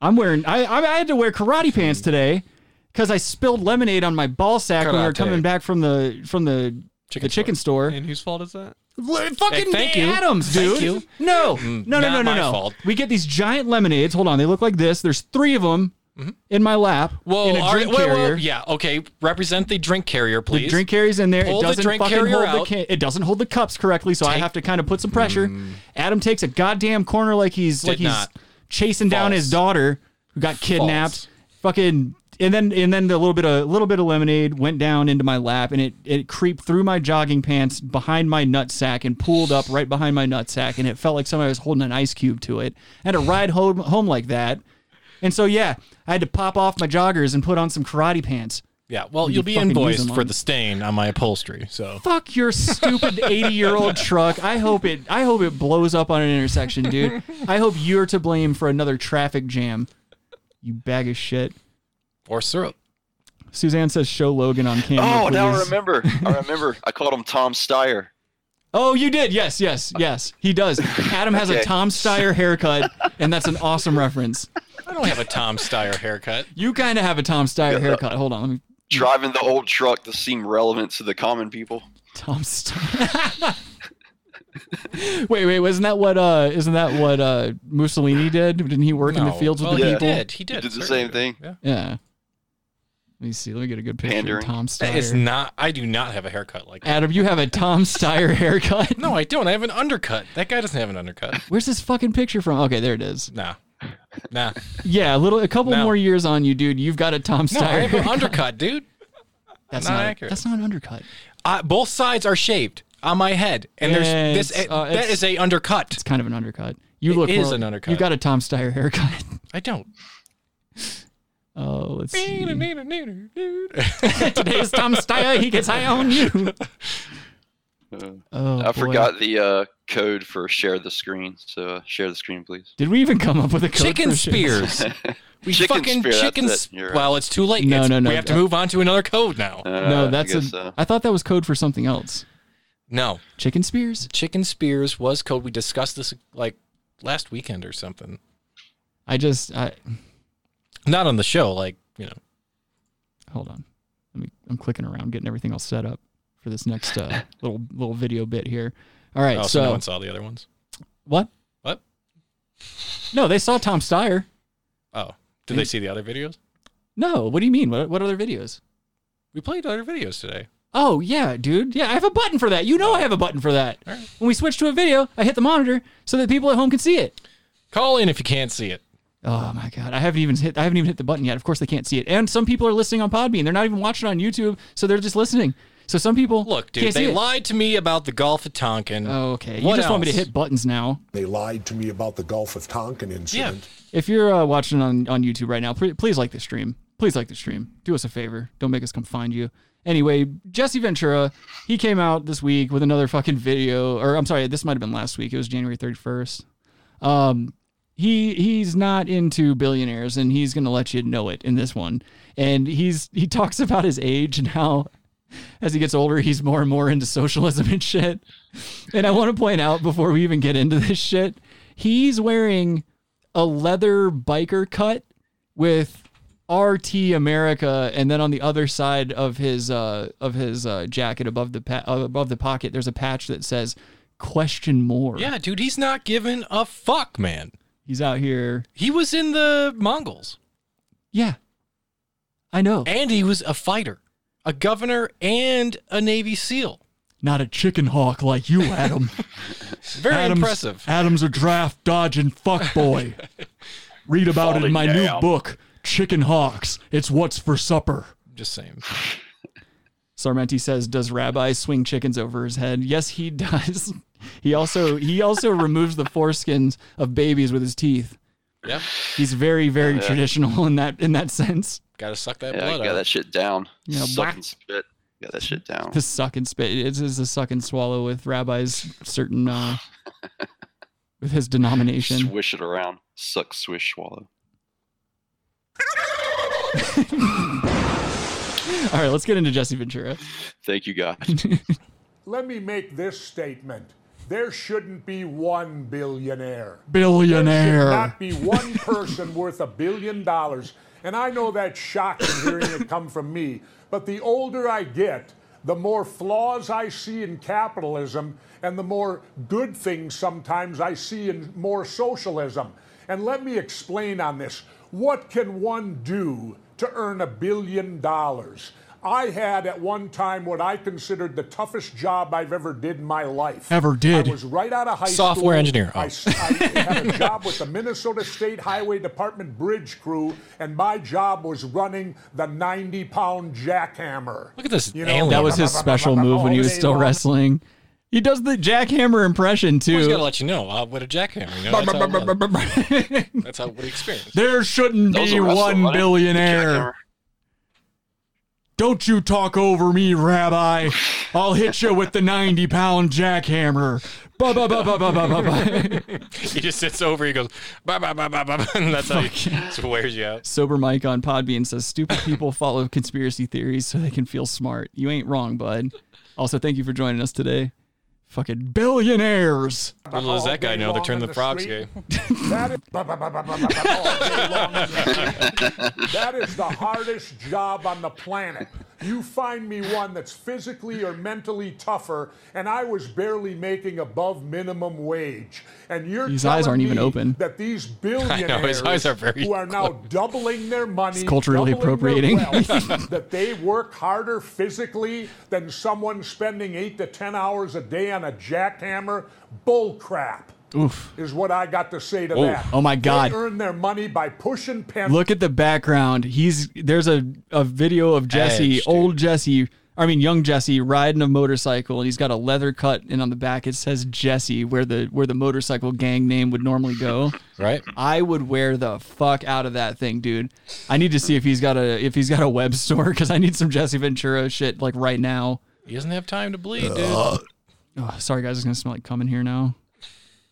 Speaker 7: I'm wearing. I I, I had to wear karate pants today because I spilled lemonade on my ball sack when we were
Speaker 10: Karate.
Speaker 7: coming back from the from the chicken the chicken store.
Speaker 10: And whose fault is that?
Speaker 7: L- fucking
Speaker 10: Hey, thank you.
Speaker 7: Adams, dude.
Speaker 10: Thank you.
Speaker 7: No,
Speaker 10: Mm,
Speaker 7: no, no,
Speaker 10: not
Speaker 7: no, no,
Speaker 10: my
Speaker 7: no.
Speaker 10: fault.
Speaker 7: We get these giant lemonades. Hold on, they look like this. There's three of them
Speaker 10: Mm-hmm.
Speaker 7: in my lap
Speaker 8: Whoa,
Speaker 7: in a
Speaker 8: are-
Speaker 7: drink
Speaker 8: whoa, whoa,
Speaker 7: carrier.
Speaker 8: yeah, okay. Represent the drink carrier,
Speaker 7: The
Speaker 8: please.
Speaker 7: drink carrier's in there.
Speaker 8: Pull
Speaker 7: it
Speaker 8: the
Speaker 7: doesn't
Speaker 8: drink
Speaker 7: fucking
Speaker 8: carrier
Speaker 7: hold the
Speaker 8: out.
Speaker 7: can- it doesn't hold the cups correctly, so I have to kind of put some pressure. Adam takes a goddamn corner like he's
Speaker 8: Mm. Did
Speaker 7: like he's
Speaker 8: not.
Speaker 7: chasing down his daughter who got kidnapped. Fucking and then and then the little bit of little bit of lemonade went down into my lap and it it creeped through my jogging pants behind my nut sack and pooled up right behind my nut sack and it felt like somebody was holding an ice cube to it. I had to ride home home like that. And so yeah, I had to pop off my joggers and put on some karate pants.
Speaker 8: Yeah, well,
Speaker 7: You
Speaker 8: you'll
Speaker 7: can
Speaker 8: be
Speaker 7: fucking use
Speaker 8: invoiced
Speaker 7: them
Speaker 8: for
Speaker 7: on-
Speaker 8: the stain on my upholstery. So
Speaker 7: Fuck your stupid eighty-year-old truck. I hope it. I hope it blows up on an intersection, dude. I hope you're to blame for another traffic jam. You bag of shit.
Speaker 8: or syrup.
Speaker 7: Suzanne says, "Show Logan on camera."
Speaker 1: oh, now I
Speaker 7: please."
Speaker 1: remember. I remember. I called him Tom Steyer. Uh,
Speaker 7: Oh, you did. Yes, yes, yes. He does. Adam has a
Speaker 8: Okay.
Speaker 7: Tom Steyer haircut, and that's an awesome reference.
Speaker 8: I don't have a Tom Steyer haircut.
Speaker 7: You kind of have a Tom Steyer haircut. Hold on. Let me.
Speaker 1: Driving the old truck to seem relevant to the common people.
Speaker 7: Tom Steyer. wait, wait. Wasn't that what? Uh, isn't that what uh, Mussolini did? Didn't he work in the
Speaker 1: No.
Speaker 7: fields with
Speaker 1: Well,
Speaker 7: the
Speaker 1: he
Speaker 7: people?
Speaker 1: did. He did, He did the certainly. same thing. Yeah.
Speaker 7: Yeah. Let me see. Let me get a good picture
Speaker 8: Pandering.
Speaker 7: of Tom Steyer.
Speaker 8: That is not. I do not have a haircut like that.
Speaker 7: Adam, you have a Tom Steyer haircut.
Speaker 8: No, I don't. I have an undercut. That guy doesn't have an undercut.
Speaker 7: Where's this fucking picture from? Okay, there it is.
Speaker 8: Nah. Nah.
Speaker 7: Yeah, a little, a couple more years on you, dude. You've got a Tom
Speaker 8: No, I
Speaker 7: Steyer.
Speaker 8: have an undercut, dude.
Speaker 7: That's
Speaker 8: not
Speaker 7: not,
Speaker 8: accurate.
Speaker 7: That's not an undercut.
Speaker 8: Uh, both sides are shaved on my head, and
Speaker 7: Yeah,
Speaker 8: there's
Speaker 7: it's,
Speaker 8: this. eh,
Speaker 7: uh,
Speaker 8: that
Speaker 7: it's-
Speaker 8: is a undercut. It's
Speaker 7: kind of an undercut. You look.
Speaker 8: It is
Speaker 7: more-
Speaker 8: an undercut.
Speaker 7: You got a Tom Steyer haircut.
Speaker 8: I don't.
Speaker 7: Oh, let's see.
Speaker 8: Today
Speaker 7: Today's Tom Steyer. He gets high on you.
Speaker 1: Uh,
Speaker 7: Oh,
Speaker 1: I
Speaker 7: boy.
Speaker 1: forgot the uh, code for share the screen. So uh, share the screen, please.
Speaker 7: Did we even come up with a code
Speaker 8: Chicken
Speaker 7: for shit?
Speaker 8: spears. We
Speaker 1: Chicken
Speaker 8: fucking
Speaker 1: spear, that's
Speaker 8: chicken.
Speaker 1: it.
Speaker 8: s-
Speaker 1: You're
Speaker 8: Well,
Speaker 1: right. Uh,
Speaker 8: it's too late.
Speaker 7: No,
Speaker 8: It's-
Speaker 7: no, no.
Speaker 8: We have to move on to another code now.
Speaker 7: no, that's
Speaker 8: a.
Speaker 7: a. I thought that was code for something else.
Speaker 8: No.
Speaker 7: Chicken spears?
Speaker 8: Chicken spears was code. We discussed this like last weekend or something.
Speaker 7: I just. I
Speaker 8: Not on the show, like, you know.
Speaker 7: hold on. Let me. I'm clicking around, getting everything all set up for this next uh, little little video bit here. All right.
Speaker 8: Oh,
Speaker 7: so
Speaker 8: no one saw the other ones.
Speaker 7: what?
Speaker 8: What?
Speaker 7: No, they saw Tom Steyer.
Speaker 8: Oh. Did they see the other videos?
Speaker 7: No. What do you mean? What what other videos?
Speaker 8: We played other videos today.
Speaker 7: Oh yeah, dude. Yeah, I have a button for that. You know, I have a button for that. When we switch to a video, I hit the monitor so that people at home can see it.
Speaker 8: Call in if you can't see it.
Speaker 7: Oh my god, I haven't even hit I haven't even hit the button yet. Of course they can't see it. And some people are listening on Podbean. They're not even watching on YouTube, so they're just listening. So some people
Speaker 8: Look, dude,
Speaker 7: can't see
Speaker 8: they
Speaker 7: it.
Speaker 8: lied to me about the Gulf of Tonkin.
Speaker 7: Oh, okay. You just want me to hit buttons now.
Speaker 5: They lied to me about the Gulf of Tonkin incident.
Speaker 7: If you're uh, watching on, on YouTube right now, pre- please like the stream. Please like the stream. Do us a favor. Don't make us come find you. Anyway, Jesse Ventura, he came out this week with another fucking video, or I'm sorry, this might have been last week. It was January 31st. Um, he he's not into billionaires, and he's gonna let you know it in this one. And he's he talks about his age and how as he gets older, he's more and more into socialism and shit. And I want to point out before we even get into this shit, he's wearing a leather biker cut with RT America, and then on the other side of his uh, of his uh, jacket, above the pa- uh, above the pocket, there's a patch that says "Question more."
Speaker 8: Yeah, dude, he's not giving a fuck, man.
Speaker 7: He's out here.
Speaker 8: He was in the Mongols.
Speaker 7: Yeah, I know.
Speaker 8: And he was a fighter, a governor, and a Navy SEAL.
Speaker 7: Not a chicken hawk like you, Adam.
Speaker 8: Very
Speaker 7: Adam's,
Speaker 8: impressive.
Speaker 7: Adam's a draft dodging fuckboy. Read about it in my
Speaker 8: Falling
Speaker 7: new
Speaker 8: down.
Speaker 7: book, Chicken Hawks. It's what's for supper.
Speaker 8: Just saying.
Speaker 7: Sarmenti says, "Does Rabbi swing chickens over his head?" Yes, he does. He also he also removes the foreskins of babies with his teeth.
Speaker 8: Yeah.
Speaker 7: He's very very
Speaker 8: Yeah.
Speaker 7: traditional in that in that sense.
Speaker 8: Gotta suck that
Speaker 1: Yeah,
Speaker 8: blood
Speaker 1: got
Speaker 8: out.
Speaker 1: that shit down.
Speaker 7: Yeah,
Speaker 1: Suck
Speaker 7: whack.
Speaker 1: and spit. Got that shit down.
Speaker 7: The suck and spit. It's, it's the suck and swallow with rabbis certain uh, with his denomination.
Speaker 1: Swish it around. Suck, swish, swallow.
Speaker 7: All right, let's get into Jesse Ventura.
Speaker 1: Thank you, guys.
Speaker 4: Let me make this statement. There shouldn't be one billionaire. There should
Speaker 7: Billionaire.
Speaker 4: not be one person worth a billion dollars. And I know that's shocking hearing it come from me, but the older I get, the more flaws I see in capitalism and the more good things sometimes I see in more socialism. And let me explain on this. What can one do to earn a billion dollars? I had at one time what I considered the toughest job I've ever did in my life.
Speaker 7: Ever did.
Speaker 4: I was right out of high school.
Speaker 8: Software engineer.
Speaker 4: I s- I had a job with the Minnesota State Highway Department bridge crew, and my job was running the 90 pound jackhammer.
Speaker 8: Look at this alien.
Speaker 7: That was his special move when he was still wrestling. He does the jackhammer impression
Speaker 8: I just gotta
Speaker 7: too.
Speaker 8: let you know uh, what a jackhammer. You know, that's, how it was. that's how what he experienced.
Speaker 7: There shouldn't
Speaker 8: That was
Speaker 7: be
Speaker 8: a wrestle,
Speaker 7: one
Speaker 8: right?
Speaker 7: billionaire. Don't you talk over me, Rabbi. I'll hit you with the 90 pound jackhammer. Ba ba ba ba ba ba ba ba.
Speaker 8: he just sits over. He goes, bah, bah, bah, bah, bah, bah, and that's how he just wears you out.
Speaker 7: Sober Mike on Podbean says stupid people follow conspiracy theories so they can feel smart. You ain't wrong, bud. Also, thank you for joining us today. Fucking billionaires.
Speaker 8: Little does that guy know they're turning the frogs gay.
Speaker 4: That is, that is the hardest job on the planet. You find me one that's physically or mentally tougher, and I was barely making above minimum wage. And you're
Speaker 7: His eyes
Speaker 4: telling
Speaker 7: aren't even
Speaker 4: me
Speaker 7: open.
Speaker 4: That these
Speaker 8: I
Speaker 4: billionaires
Speaker 8: know, his eyes are very
Speaker 4: who are now doubling their money,
Speaker 7: It's culturally
Speaker 4: doubling their
Speaker 7: appropriating.
Speaker 4: wealth, that they work harder physically than someone spending eight to ten hours a day on a jackhammer. Bull crap
Speaker 7: Oof.
Speaker 4: is what I got to say to
Speaker 7: Oh.
Speaker 4: that.
Speaker 7: Oh my God.
Speaker 4: They earn their money by pushing pen.
Speaker 7: Look at the background. He's there's a, a video of Jesse,
Speaker 4: Edge,
Speaker 7: old Jesse, I mean young Jesse riding a motorcycle and he's got a leather cut and on the back it says Jesse where the where the motorcycle gang name would normally go.
Speaker 8: Right.
Speaker 7: I would wear the fuck out of that thing, dude. I need to see if he's got a if he's got a web store cuz I need some Jesse Ventura shit like right now.
Speaker 8: He doesn't have time to bleed, dude.
Speaker 7: Ugh. Oh, sorry guys, it's going to smell like cum in here now.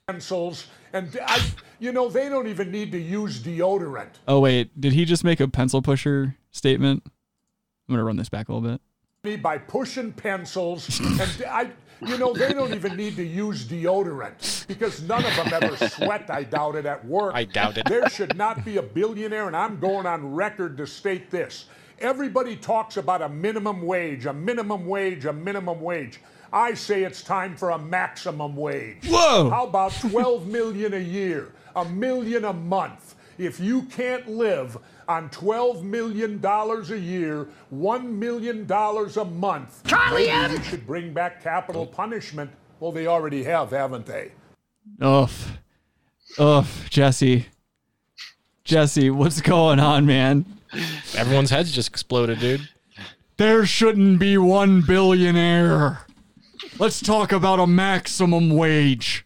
Speaker 4: pencils, and I, you know, they don't even need to use deodorant.
Speaker 7: Oh wait, did he just make a pencil pusher statement? I'm going to run this back a little bit.
Speaker 4: Me by pushing pencils, and I, you know, they don't even need to use deodorant because none of them ever sweat. I doubt it at work.
Speaker 8: I doubt it.
Speaker 4: There should not be a billionaire, and I'm going on record to state this. Everybody talks about a minimum wage, a minimum wage, a minimum wage. I say it's time for a maximum wage.
Speaker 7: Whoa!
Speaker 4: How about 12 million a year, a million a month? If you can't live on 12 million dollars a year, 1 million dollars a month,
Speaker 15: Charlie
Speaker 4: maybe we should bring back capital punishment. Well, they already have, haven't they?
Speaker 7: Ugh. Ugh, Jesse. Jesse, what's going on, man?
Speaker 8: Everyone's heads just exploded, dude.
Speaker 7: There shouldn't be one billionaire. Let's talk about a maximum wage.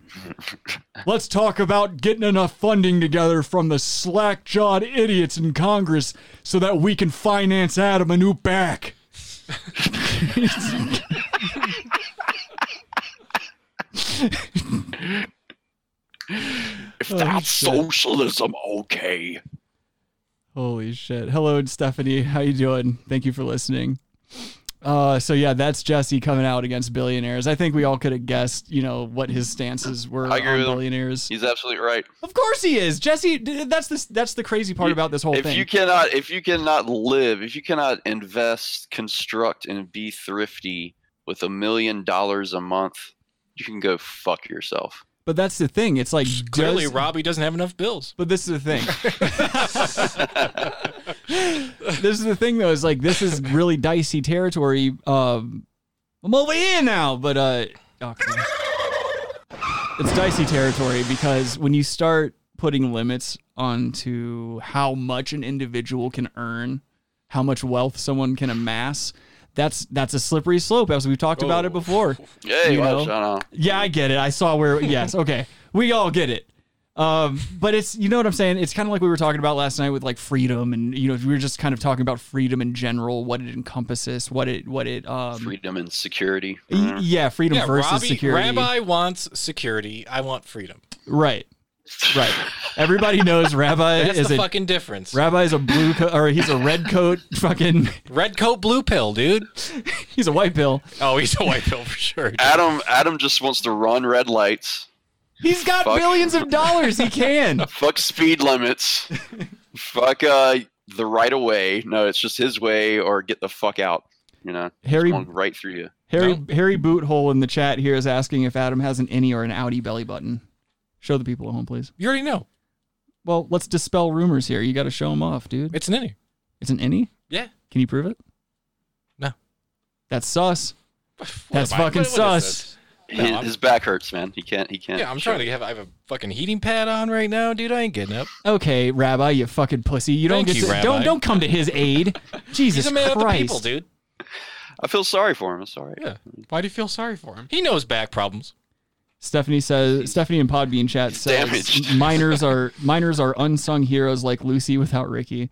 Speaker 7: Let's talk about getting enough funding together from the slack jawed idiots in Congress so that we can finance Adam a new back.
Speaker 1: If
Speaker 7: Oh,
Speaker 1: that's
Speaker 7: shit.
Speaker 1: socialism, okay.
Speaker 7: Holy shit. Hello, Stephanie. How you doing? Thank you for listening. Uh, so yeah, that's Jesse coming out against billionaires. I think we all could have guessed, you know, what his stances were
Speaker 1: I agree
Speaker 7: on
Speaker 1: with him.
Speaker 7: billionaires.
Speaker 1: He's absolutely right.
Speaker 7: Of course he is. Jesse, d- that's the that's the crazy part about this whole
Speaker 1: If
Speaker 7: thing.
Speaker 1: you cannot, if you cannot live, if you cannot invest, construct, and be thrifty with a million dollars a month, you can go fuck yourself.
Speaker 7: but that's the thing. It's like
Speaker 8: Clearly,
Speaker 7: does-
Speaker 8: Robbie doesn't have enough bills.
Speaker 7: But this is the thing. this is the thing though. Is like this is really dicey territory. Um, I'm over here now, but uh, oh, crap. it's dicey territory because when you start putting limits onto how much an individual can earn, how much wealth someone can amass, that's that's a slippery slope as we've talked about it before.
Speaker 1: Hey,
Speaker 7: You
Speaker 1: well,
Speaker 7: know?
Speaker 1: shut up.
Speaker 7: Yeah, I get it. I saw where. Yes, okay, we all get it. Um, but it's you know what I'm saying. It's kind of like we were talking about last night with like freedom, and you know we were just kind of talking about freedom in general, what it encompasses, what it what it um,
Speaker 1: freedom and security.
Speaker 7: y- yeah, freedom
Speaker 8: Yeah,
Speaker 7: versus
Speaker 8: Robbie-
Speaker 7: security.
Speaker 8: Rabbi wants security. I want freedom.
Speaker 7: Right, right. Everybody knows Rabbi
Speaker 8: That's
Speaker 7: is
Speaker 8: the
Speaker 7: a
Speaker 8: fucking difference.
Speaker 7: Rabbi is a blue coat, or he's a red coat. Fucking
Speaker 8: red coat, blue pill, dude.
Speaker 7: he's a white pill.
Speaker 8: Oh, he's a white pill for sure.
Speaker 1: Adam Adam just wants to run red lights.
Speaker 7: He's got
Speaker 1: Fuck.
Speaker 7: billions of dollars. He can.
Speaker 1: Fuck speed limits. fuck uh, the right of way. No, it's just his way or get the fuck out. You know, Just
Speaker 7: Harry-
Speaker 1: going right through you.
Speaker 7: Harry Harry Boothole in the chat here is asking if Adam has an innie or an outie belly button. Show the people at home, please.
Speaker 8: You already know.
Speaker 7: Well, let's dispel rumors here. You got to show them off, dude.
Speaker 8: It's an innie.
Speaker 7: It's an innie.
Speaker 8: Yeah.
Speaker 7: Can you prove it?
Speaker 8: No.
Speaker 7: That's sus. That's
Speaker 8: am
Speaker 7: fucking
Speaker 8: I- what- what is
Speaker 7: sus.
Speaker 8: this?
Speaker 1: His,
Speaker 8: No, I'm-
Speaker 1: his back hurts, man. He can't. He can't.
Speaker 8: Yeah, I'm trying to have. I have a fucking heating pad on right now, dude. I ain't getting up.
Speaker 7: Okay, Rabbi, you fucking pussy. You don't
Speaker 8: Thank
Speaker 7: get
Speaker 8: you,
Speaker 7: to,
Speaker 8: Rabbi.
Speaker 7: don't don't come to his aid. Jesus
Speaker 8: He's a man
Speaker 7: Christ,
Speaker 8: of the people, dude.
Speaker 1: I feel sorry for him. It's all right.
Speaker 8: Yeah. Why do you feel sorry for him? He knows back problems.
Speaker 7: Stephanie says Stephanie in Podbean chat says
Speaker 8: damaged.
Speaker 7: miners are miners are unsung heroes like Lucy without Ricky.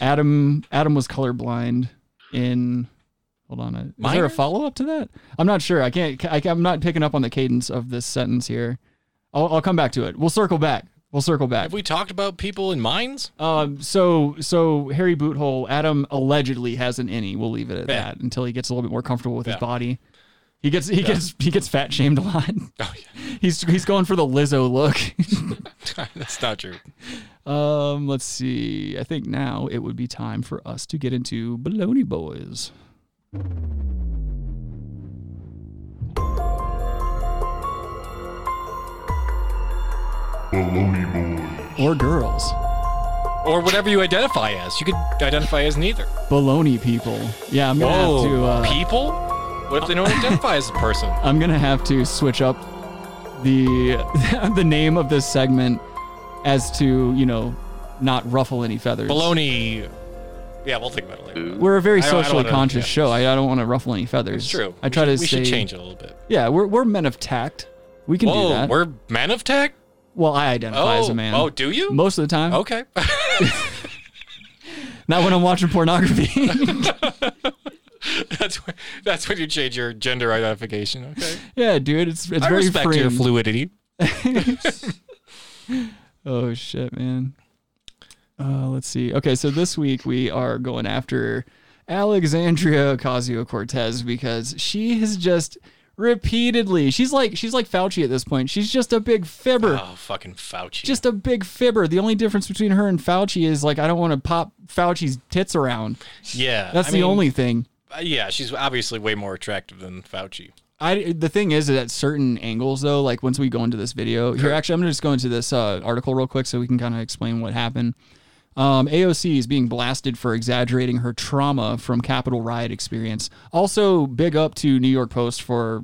Speaker 7: Adam Adam was colorblind in hold on. Is there a
Speaker 8: Miners?
Speaker 7: follow up to that? I'm not sure. I can't. I, am not picking up on the cadence of this sentence here. I'll, I'll come back to it. We'll circle back. We'll circle back.
Speaker 8: Have we talked about people in mines?
Speaker 7: Um, so so Harry Boothole, Adam allegedly has an innie. We'll leave it at
Speaker 8: Yeah.
Speaker 7: that until he gets a little bit more comfortable with
Speaker 8: Yeah.
Speaker 7: his body. He gets he
Speaker 8: Yeah. Oh,
Speaker 7: gets he gets fat shamed a lot. He's he's going for the Lizzo look.
Speaker 8: That's not true.
Speaker 7: um, let's see. I think now it would be time for us to get into Baloney Boys. Or girls.
Speaker 8: Or whatever you identify as. You could identify as neither.
Speaker 7: Baloney people. Yeah, I'm gonna
Speaker 8: Oh,
Speaker 7: have to uh,
Speaker 8: people? What if they don't identify as a person?
Speaker 7: I'm gonna have to switch up the the name of this segment as to you know not ruffle any feathers.
Speaker 8: Baloney. Yeah, we'll think about it later.
Speaker 7: We're a very
Speaker 8: I don't- I don't
Speaker 7: socially
Speaker 8: wanna-
Speaker 7: conscious
Speaker 8: yeah.
Speaker 7: show. I, I don't want to ruffle any feathers.
Speaker 8: It's true.
Speaker 7: I try
Speaker 8: we should,
Speaker 7: to
Speaker 8: we should
Speaker 7: stay-
Speaker 8: change it a little bit.
Speaker 7: Yeah, we're we're men of tact. We can
Speaker 8: Whoa,
Speaker 7: do that.
Speaker 8: we're men of tech?
Speaker 7: well, I identify as
Speaker 8: Oh,
Speaker 7: a man.
Speaker 8: oh, do you?
Speaker 7: Most of the time.
Speaker 8: Okay.
Speaker 7: Not when I'm watching pornography.
Speaker 8: that's where, that's when you change your gender identification. Okay.
Speaker 7: yeah, dude, it's it's
Speaker 8: I
Speaker 7: very
Speaker 8: respect your
Speaker 7: freeing.
Speaker 8: fluidity.
Speaker 7: Oh shit, man. Uh, let's see. Okay, so this week we are going after Alexandria Ocasio Cortez because she has just repeatedly she's like she's like Fauci at this point. She's just a big fibber.
Speaker 8: Oh, fucking Fauci.
Speaker 7: Just a big fibber. The only difference between her and Fauci is like I don't want to pop Fauci's tits around.
Speaker 8: Yeah.
Speaker 7: That's
Speaker 8: I
Speaker 7: the
Speaker 8: mean,
Speaker 7: only thing.
Speaker 8: uh, Yeah, she's obviously way more attractive than Fauci.
Speaker 7: I the thing is that at certain angles though, like once we go into this video here, actually I'm gonna just go into this uh, article real quick so we can kind of explain what happened. Um, AOC is being blasted for exaggerating her trauma from Capitol riot experience. Also, big up to New York Post for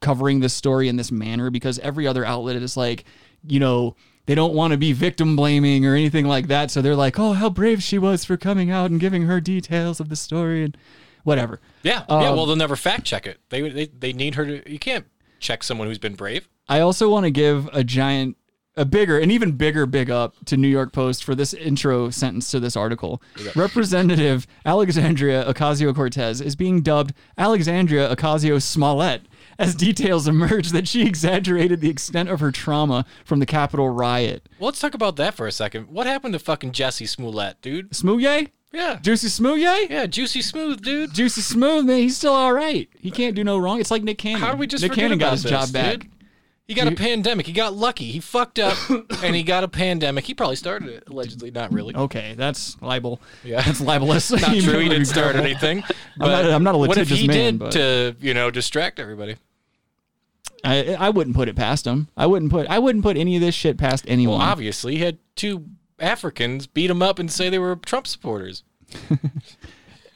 Speaker 7: covering this story in this manner because every other outlet is like, you know, they don't want to be victim blaming or anything like that. So they're like, oh, how brave she was for coming out and giving her details of the story and whatever.
Speaker 8: Yeah. yeah.
Speaker 7: Um,
Speaker 8: Well, they'll never fact check it. They, they they need her to. You can't check someone who's been brave.
Speaker 7: I also want to give a giant, a bigger, an even bigger big up to New York Post for this intro sentence to this article.
Speaker 8: Big up.
Speaker 7: Representative Alexandria Ocasio Cortez is being dubbed Alexandria Ocasio Smollett as details emerge that she exaggerated the extent of her trauma from the Capitol riot.
Speaker 8: Well, let's talk about that for a second. What happened to fucking Jesse Smollett, dude?
Speaker 7: Smooye?
Speaker 8: Yeah.
Speaker 7: Juicy Smooye?
Speaker 8: Yeah, Juicy Smooth, dude.
Speaker 7: Juicy Smooth, man, he's still all right. He can't do no wrong. It's like Nick Cannon.
Speaker 8: How do we just
Speaker 7: Nick
Speaker 8: forget
Speaker 7: Cannon
Speaker 8: about
Speaker 7: got his
Speaker 8: this,
Speaker 7: job back.
Speaker 8: dude? He got a pandemic. He got lucky. He fucked up, and he got a pandemic. He probably started it allegedly, not really.
Speaker 7: Okay, that's libel.
Speaker 8: Yeah.
Speaker 7: that's libelous.
Speaker 8: Not
Speaker 7: You
Speaker 8: true. He
Speaker 7: really
Speaker 8: didn't start
Speaker 7: don't.
Speaker 8: anything.
Speaker 7: I'm not,
Speaker 8: but
Speaker 7: I'm not a
Speaker 8: What if
Speaker 7: litigious
Speaker 8: he
Speaker 7: man,
Speaker 8: did
Speaker 7: but
Speaker 8: to you know distract everybody?
Speaker 7: I, I wouldn't put it past him. I wouldn't put I wouldn't put any of this shit past anyone.
Speaker 8: Well, obviously, he had two Africans beat him up and say they were Trump supporters.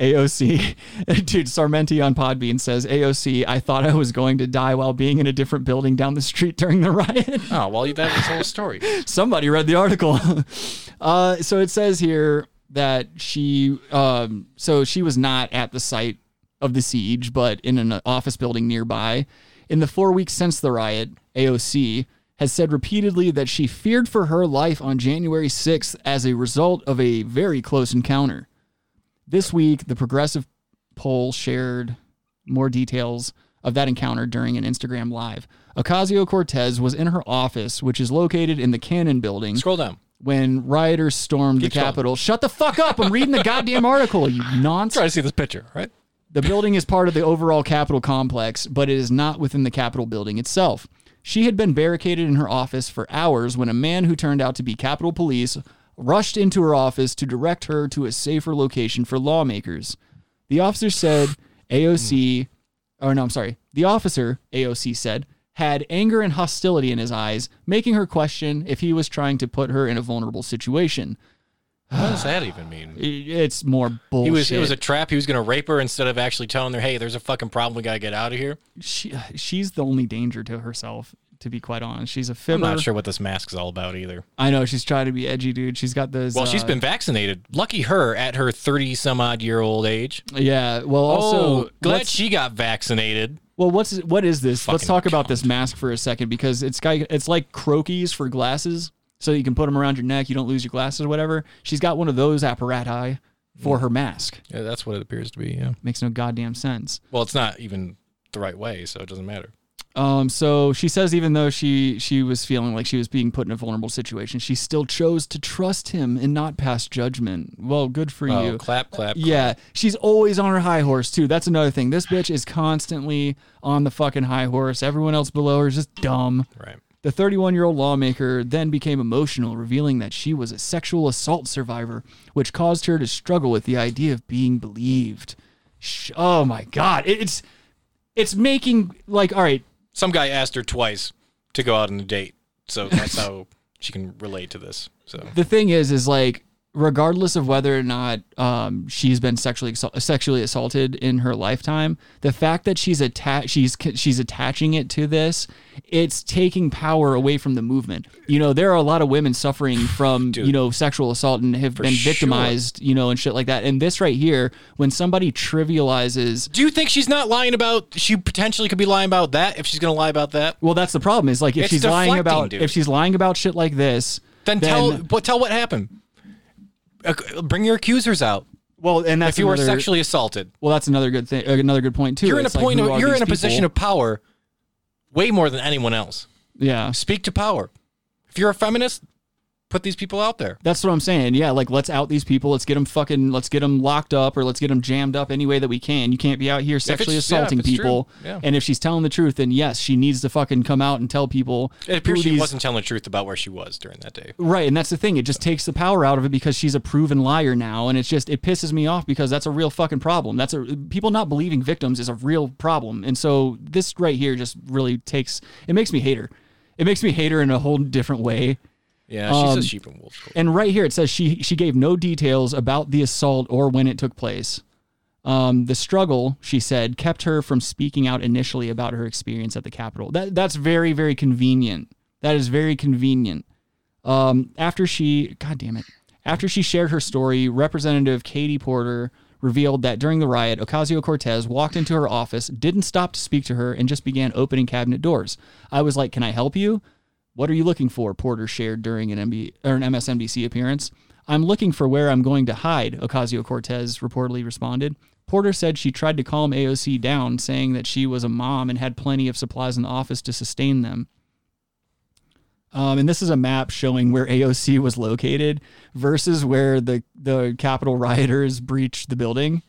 Speaker 7: AOC, dude, Sarmenti on Podbean says AOC. I thought I was going to die while being in a different building down the street during the riot.
Speaker 8: Oh well, that was the whole story.
Speaker 7: Somebody read the article. uh, so it says here that she, um, so she was not at the site of the siege, but in an office building nearby. In the four weeks since the riot, AOC has said repeatedly that she feared for her life on January 6th as a result of a very close encounter. This week, the Progressive poll shared more details of that encounter during an Instagram live. Ocasio Cortez was in her office, which is located in the Cannon building.
Speaker 8: Scroll down.
Speaker 7: When rioters stormed
Speaker 8: Keep
Speaker 7: the
Speaker 8: scrolling.
Speaker 7: Capitol. Shut the fuck up. I'm reading the goddamn article, you nonsense.
Speaker 8: Try to see this picture, right?
Speaker 7: The building is part of the overall Capitol complex, but it is not within the Capitol building itself. She had been barricaded in her office for hours when a man who turned out to be Capitol Police rushed into her office to direct her to a safer location for lawmakers. The officer said
Speaker 8: Hmm.
Speaker 7: AOC, or no, I'm sorry, the officer, AOC said, had anger and hostility in his eyes, making her question if he was trying to put her in a vulnerable situation.
Speaker 8: What does that even mean?
Speaker 7: It's more bullshit.
Speaker 8: He was it was a trap. He was going to rape her instead of actually telling her, "Hey, there's a fucking problem. We got to get out of here."
Speaker 7: she she's the only danger to herself. To be quite honest, she's a fibber.
Speaker 8: I'm not sure what this mask's all about either.
Speaker 7: I know she's trying to be edgy, dude. She's got those.
Speaker 8: Well, she's
Speaker 7: uh,
Speaker 8: been vaccinated. Lucky her at her 30 some odd year old age.
Speaker 7: Yeah. Well, also
Speaker 8: oh, glad
Speaker 7: let's-
Speaker 8: she got vaccinated.
Speaker 7: Well, what's what is this? Let's talk about this mask for a second because it's guy. It's like croquis for glasses, so you can put them around your neck. You don't lose your glasses or whatever. She's got one of those apparati for her mask.
Speaker 8: Yeah, that's what it appears to be. Yeah.
Speaker 7: Makes no goddamn sense.
Speaker 8: Well, it's not even the right way, so it doesn't matter.
Speaker 7: Um, so she says even though she she was feeling like she was being put in a vulnerable situation, she still chose to trust him and not pass judgment. Well, good for
Speaker 8: Oh,
Speaker 7: you.
Speaker 8: clap, clap,
Speaker 7: Yeah, she's always on her high horse too. That's another thing. This bitch is constantly on the fucking high horse. Everyone else below her is just dumb.
Speaker 8: Right.
Speaker 7: The 31 year old lawmaker then became emotional, revealing that she was a sexual assault survivor, which caused her to struggle with the idea of being believed. Sh- Oh my God. It- It's it's making like all right
Speaker 8: Some guy asked her twice to go out on a date, so that's how she can relate to this. So
Speaker 7: the thing is is like regardless of whether or not um, she's been sexually assault- sexually assaulted in her lifetime the fact that she's attached she's she's attaching it to this it's taking power away from the movement you know there are a lot of women suffering from you know sexual assault and have been
Speaker 8: sure.
Speaker 7: victimized you know and shit like that and this right here when somebody trivializes
Speaker 8: Do you think she's not lying about? She potentially could be lying about that if she's going to lie about that.
Speaker 7: well that's the problem is like if
Speaker 8: It's
Speaker 7: she's lying
Speaker 8: deflecting,
Speaker 7: about
Speaker 8: dude.
Speaker 7: if she's lying about shit like this
Speaker 8: Then, tell what tell what happened. Uh, Bring your accusers out.
Speaker 7: Well, and that's
Speaker 8: if you were
Speaker 7: another-
Speaker 8: sexually assaulted,
Speaker 7: well that's another good thing another good point too
Speaker 8: you're in a
Speaker 7: It's like,
Speaker 8: point.
Speaker 7: who
Speaker 8: Of,
Speaker 7: are
Speaker 8: you're
Speaker 7: these
Speaker 8: in a position
Speaker 7: people?
Speaker 8: of power, way more than anyone else.
Speaker 7: yeah
Speaker 8: Speak to power. If you're a feminist, put these people out there.
Speaker 7: That's what I'm saying. Yeah, like let's out these people. Let's get them fucking. Let's get them locked up or let's get them jammed up any way that we can. You can't be out here
Speaker 8: it's-
Speaker 7: sexually
Speaker 8: yeah, if
Speaker 7: assaulting
Speaker 8: it's
Speaker 7: people.
Speaker 8: true. Yeah.
Speaker 7: And if she's telling the truth, then yes, she needs to fucking come out and tell people.
Speaker 8: It appears
Speaker 7: who
Speaker 8: she
Speaker 7: these-
Speaker 8: wasn't telling the truth about where she was during that day.
Speaker 7: Right, and that's the thing. It just takes the power out of it because she's a proven liar now, and it's just it pisses me off because that's a real fucking problem. That's a people not believing victims is a real problem, and so this right here just really takes it makes me hate her. It makes me hate her in a whole different way.
Speaker 8: Yeah, she's
Speaker 7: Um,
Speaker 8: a sheep and wolf.
Speaker 7: And right here it says she she gave no details about the assault or when it took place. Um, the struggle, she said, kept her from speaking out initially about her experience at the Capitol. That that's very very convenient. That is very convenient. Um, after she, god damn it, after she shared her story, Representative Katie Porter revealed that during the riot, Ocasio Cortez walked into her office, didn't stop to speak to her, and just began opening cabinet doors. I was like, "Can I help you?" What are you looking for? Porter shared during an MB or an MSNBC appearance. I'm looking for where I'm going to hide, Ocasio Cortez reportedly responded. Porter said she tried to calm AOC down, saying that she was a mom and had plenty of supplies in the office to sustain them. Um, and this is a map showing where AOC was located versus where the the Capitol rioters breached the building.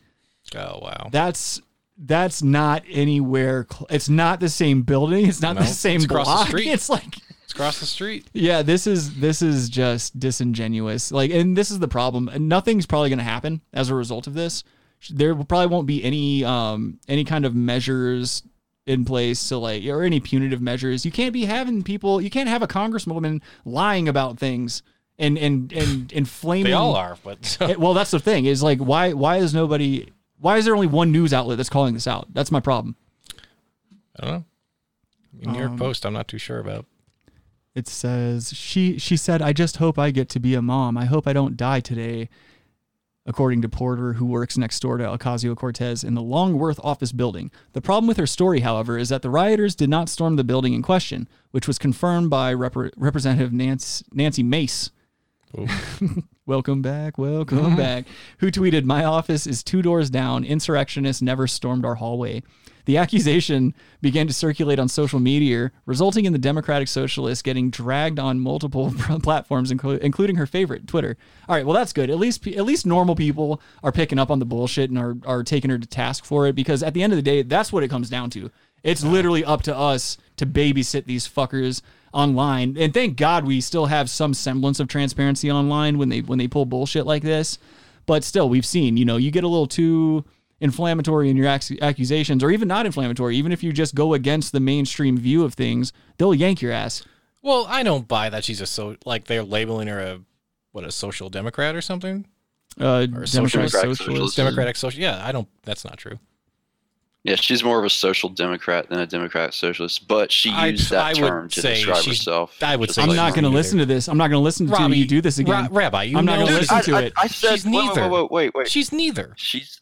Speaker 8: Oh wow,
Speaker 7: That's that's not anywhere. Cl- it's not the same building. It's not
Speaker 8: No,
Speaker 7: the same
Speaker 8: it's across
Speaker 7: block.
Speaker 8: the street.
Speaker 7: It's like
Speaker 8: It's across the street.
Speaker 7: yeah, this is this is just disingenuous. Like, and this is the problem. Nothing's probably going to happen as a result of this. There probably won't be any um any kind of measures in place to like or any punitive measures. You can't be having people. You can't have a congresswoman lying about things and and and inflaming.
Speaker 8: They all are, but
Speaker 7: Eh, well, that's the thing. Is like why why is nobody why is there only one news outlet that's calling this out? That's my problem.
Speaker 8: I don't know. New York
Speaker 7: Um,
Speaker 8: Post, I'm not too sure about.
Speaker 7: It says she she said, "I just hope I get to be a mom. I hope I don't die today." according to Porter, who works next door to Ocasio Cortez in the Longworth office building. The problem with her story, however, is that the rioters did not storm the building in question, which was confirmed by Rep- Representative Nancy, Nancy Mace. welcome back, welcome
Speaker 6: Mhm.
Speaker 7: back. Who tweeted, My office is two doors down. Insurrectionists never stormed our hallway. The accusation began to circulate on social media, resulting in the Democratic Socialist getting dragged on multiple platforms, inclu- including her favorite, Twitter. All right, well that's good. At least pe- at least normal people are picking up on the bullshit and are are taking her to task for it because at the end of the day, that's what it comes down to. It's literally up to us to babysit these fuckers online. And thank God we still have some semblance of transparency online when they when they pull bullshit like this. But still, we've seen, you know, you get a little too inflammatory in your ac- accusations or even not inflammatory, even if you just go against the mainstream view of things, they'll yank your ass.
Speaker 8: Well, I don't buy that she's a so like they're labeling her a what a social democrat or something.
Speaker 7: Uh,
Speaker 8: Or a
Speaker 7: Democratic
Speaker 8: socialist,
Speaker 7: Socialist.
Speaker 8: democratic social. Yeah, I don't. That's not true.
Speaker 1: Yeah, she's more of a social democrat than a democratic socialist, but she
Speaker 8: I-
Speaker 1: used that
Speaker 8: I would
Speaker 1: term to
Speaker 8: say
Speaker 1: describe
Speaker 8: she's-
Speaker 1: herself.
Speaker 8: I would
Speaker 1: Just
Speaker 8: say
Speaker 1: like
Speaker 7: I'm not
Speaker 1: Trump.
Speaker 7: going to listen to this. I'm not going to listen to
Speaker 8: Robbie,
Speaker 7: you do this again.
Speaker 8: Ra- Rabbi, you
Speaker 7: I'm not
Speaker 8: know
Speaker 7: going to
Speaker 8: this.
Speaker 7: listen
Speaker 8: I-
Speaker 7: to
Speaker 8: I-
Speaker 7: it.
Speaker 8: I said- She's
Speaker 1: Wait, wait,
Speaker 8: neither.
Speaker 1: wait, wait, wait.
Speaker 8: She's neither.
Speaker 1: She's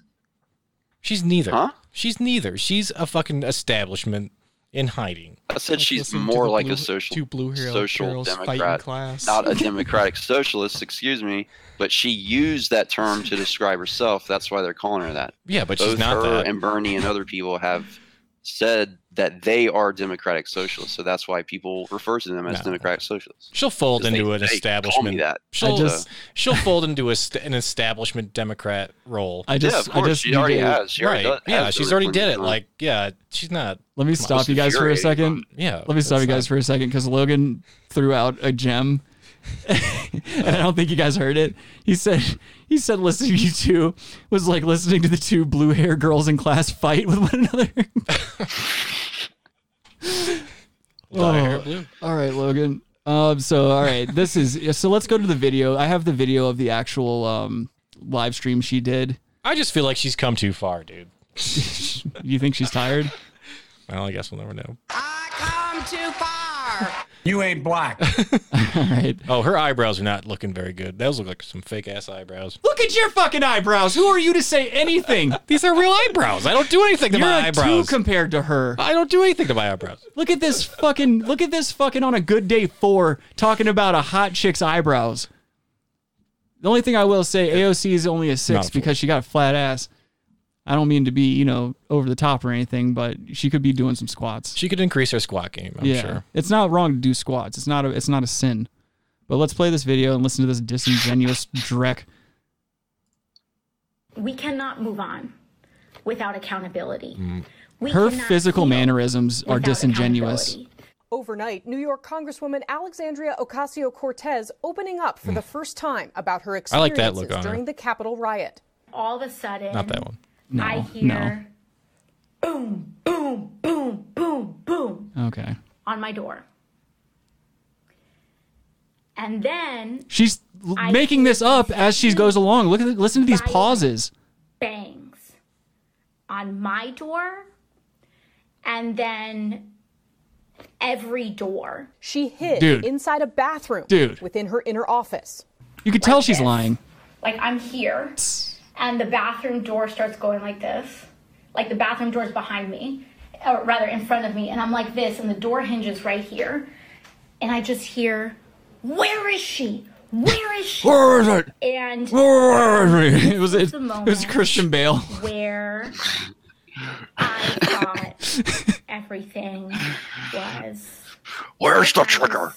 Speaker 8: She's neither.
Speaker 1: Huh?
Speaker 8: She's neither. She's a fucking establishment in hiding.
Speaker 1: I said she's
Speaker 8: listening to
Speaker 1: more
Speaker 8: the
Speaker 1: like
Speaker 8: blue-
Speaker 1: a social
Speaker 8: two blue hero
Speaker 1: social
Speaker 8: girls fighting
Speaker 1: democrat,
Speaker 8: class.
Speaker 1: not a democratic socialist. Excuse me, but she used that term to describe herself. That's why they're calling her that.
Speaker 8: Yeah, but
Speaker 1: Both
Speaker 8: she's not
Speaker 1: her
Speaker 8: that.
Speaker 1: And Bernie and other people have said that they are democratic socialists, so that's why people refer to them as democratic socialists.
Speaker 8: She'll fold
Speaker 1: Because they-
Speaker 8: into an
Speaker 1: they call me
Speaker 8: establishment.
Speaker 1: that.
Speaker 8: She'll uh,
Speaker 1: I just-
Speaker 8: she'll fold into a st- an establishment Democrat role.
Speaker 7: I Yeah, just- of I course, just she need already to- has. She already
Speaker 8: right.
Speaker 7: does-
Speaker 8: yeah,
Speaker 7: has
Speaker 8: she's
Speaker 7: the
Speaker 8: already did it.
Speaker 7: recruitment.
Speaker 8: Like, yeah, she's not.
Speaker 7: Let me
Speaker 8: come on.
Speaker 7: stop you guys for a second.
Speaker 8: Yeah,
Speaker 7: Let me stop
Speaker 8: that's
Speaker 7: you guys
Speaker 8: not-
Speaker 7: for a second because Logan threw out a gem, and I don't think you guys heard it. He said, "He said listening to you two was like listening to the two blue hair girls in class fight with one another."
Speaker 8: Dye hair blue.
Speaker 7: Oh. All right, Logan. Um, so all right, this is so. Let's go to the video. I have the video of the actual um live stream she did.
Speaker 8: I just feel like she's come too far, dude.
Speaker 7: you think she's tired?
Speaker 8: Well, I guess we'll never know.
Speaker 22: I'm too far.
Speaker 8: You ain't black.
Speaker 7: All right.
Speaker 8: Oh, her eyebrows are not looking very good. Those look like some fake ass eyebrows.
Speaker 7: Look at your fucking eyebrows. Who are you to say anything?
Speaker 8: These are real eyebrows. I don't do anything to
Speaker 7: You're
Speaker 8: my
Speaker 7: a
Speaker 8: eyebrows.
Speaker 7: two compared to her.
Speaker 8: I don't do anything to my eyebrows.
Speaker 7: Look at this fucking. Look at this fucking on a good day four talking about a hot chick's eyebrows. The only thing I will say, AOC is only a
Speaker 8: Not a
Speaker 7: six
Speaker 8: four.
Speaker 7: because she got a flat ass. I don't mean to be you know over the top or anything, but she could be doing some squats.
Speaker 8: She could increase her squat game. I'm
Speaker 7: yeah,
Speaker 8: sure.
Speaker 7: it's not wrong to do squats. It's not a. It's not a sin. But let's play this video and listen to this disingenuous dreck.
Speaker 23: we cannot move on without accountability.
Speaker 8: Mm.
Speaker 23: We
Speaker 7: Her
Speaker 23: cannot
Speaker 7: physical
Speaker 23: heal
Speaker 7: mannerisms are
Speaker 23: without
Speaker 7: disingenuous.
Speaker 24: Overnight, New York Congresswoman Alexandria Ocasio Cortez opening up for
Speaker 7: Hmm.
Speaker 24: the first time about her
Speaker 8: I like
Speaker 24: experiences
Speaker 8: that look on her.
Speaker 24: during the Capitol riot.
Speaker 23: All of a sudden,
Speaker 8: Not that one.
Speaker 7: No,
Speaker 23: I hear boom, boom, boom, boom, boom
Speaker 7: Okay.
Speaker 23: on my door. And then
Speaker 7: She's l- making this up as she goes along. Look at the, listen to these pauses.
Speaker 23: bangs on my door and then every door.
Speaker 24: She hid
Speaker 7: Dude.
Speaker 24: inside a bathroom
Speaker 7: Dude.
Speaker 24: within her inner office.
Speaker 7: You could tell she's lying.
Speaker 23: Like I'm here and the bathroom door starts going like this. Like the bathroom door is behind me, or rather in front of me, and I'm like this and the door hinges right here. And I just hear, "Where is she? Where is she?"
Speaker 7: Where is it?
Speaker 23: And
Speaker 7: it was
Speaker 23: this
Speaker 7: it,
Speaker 23: is the
Speaker 7: was
Speaker 23: moment
Speaker 7: Christian Bale.
Speaker 23: where I thought everything was.
Speaker 1: Where's the trigger?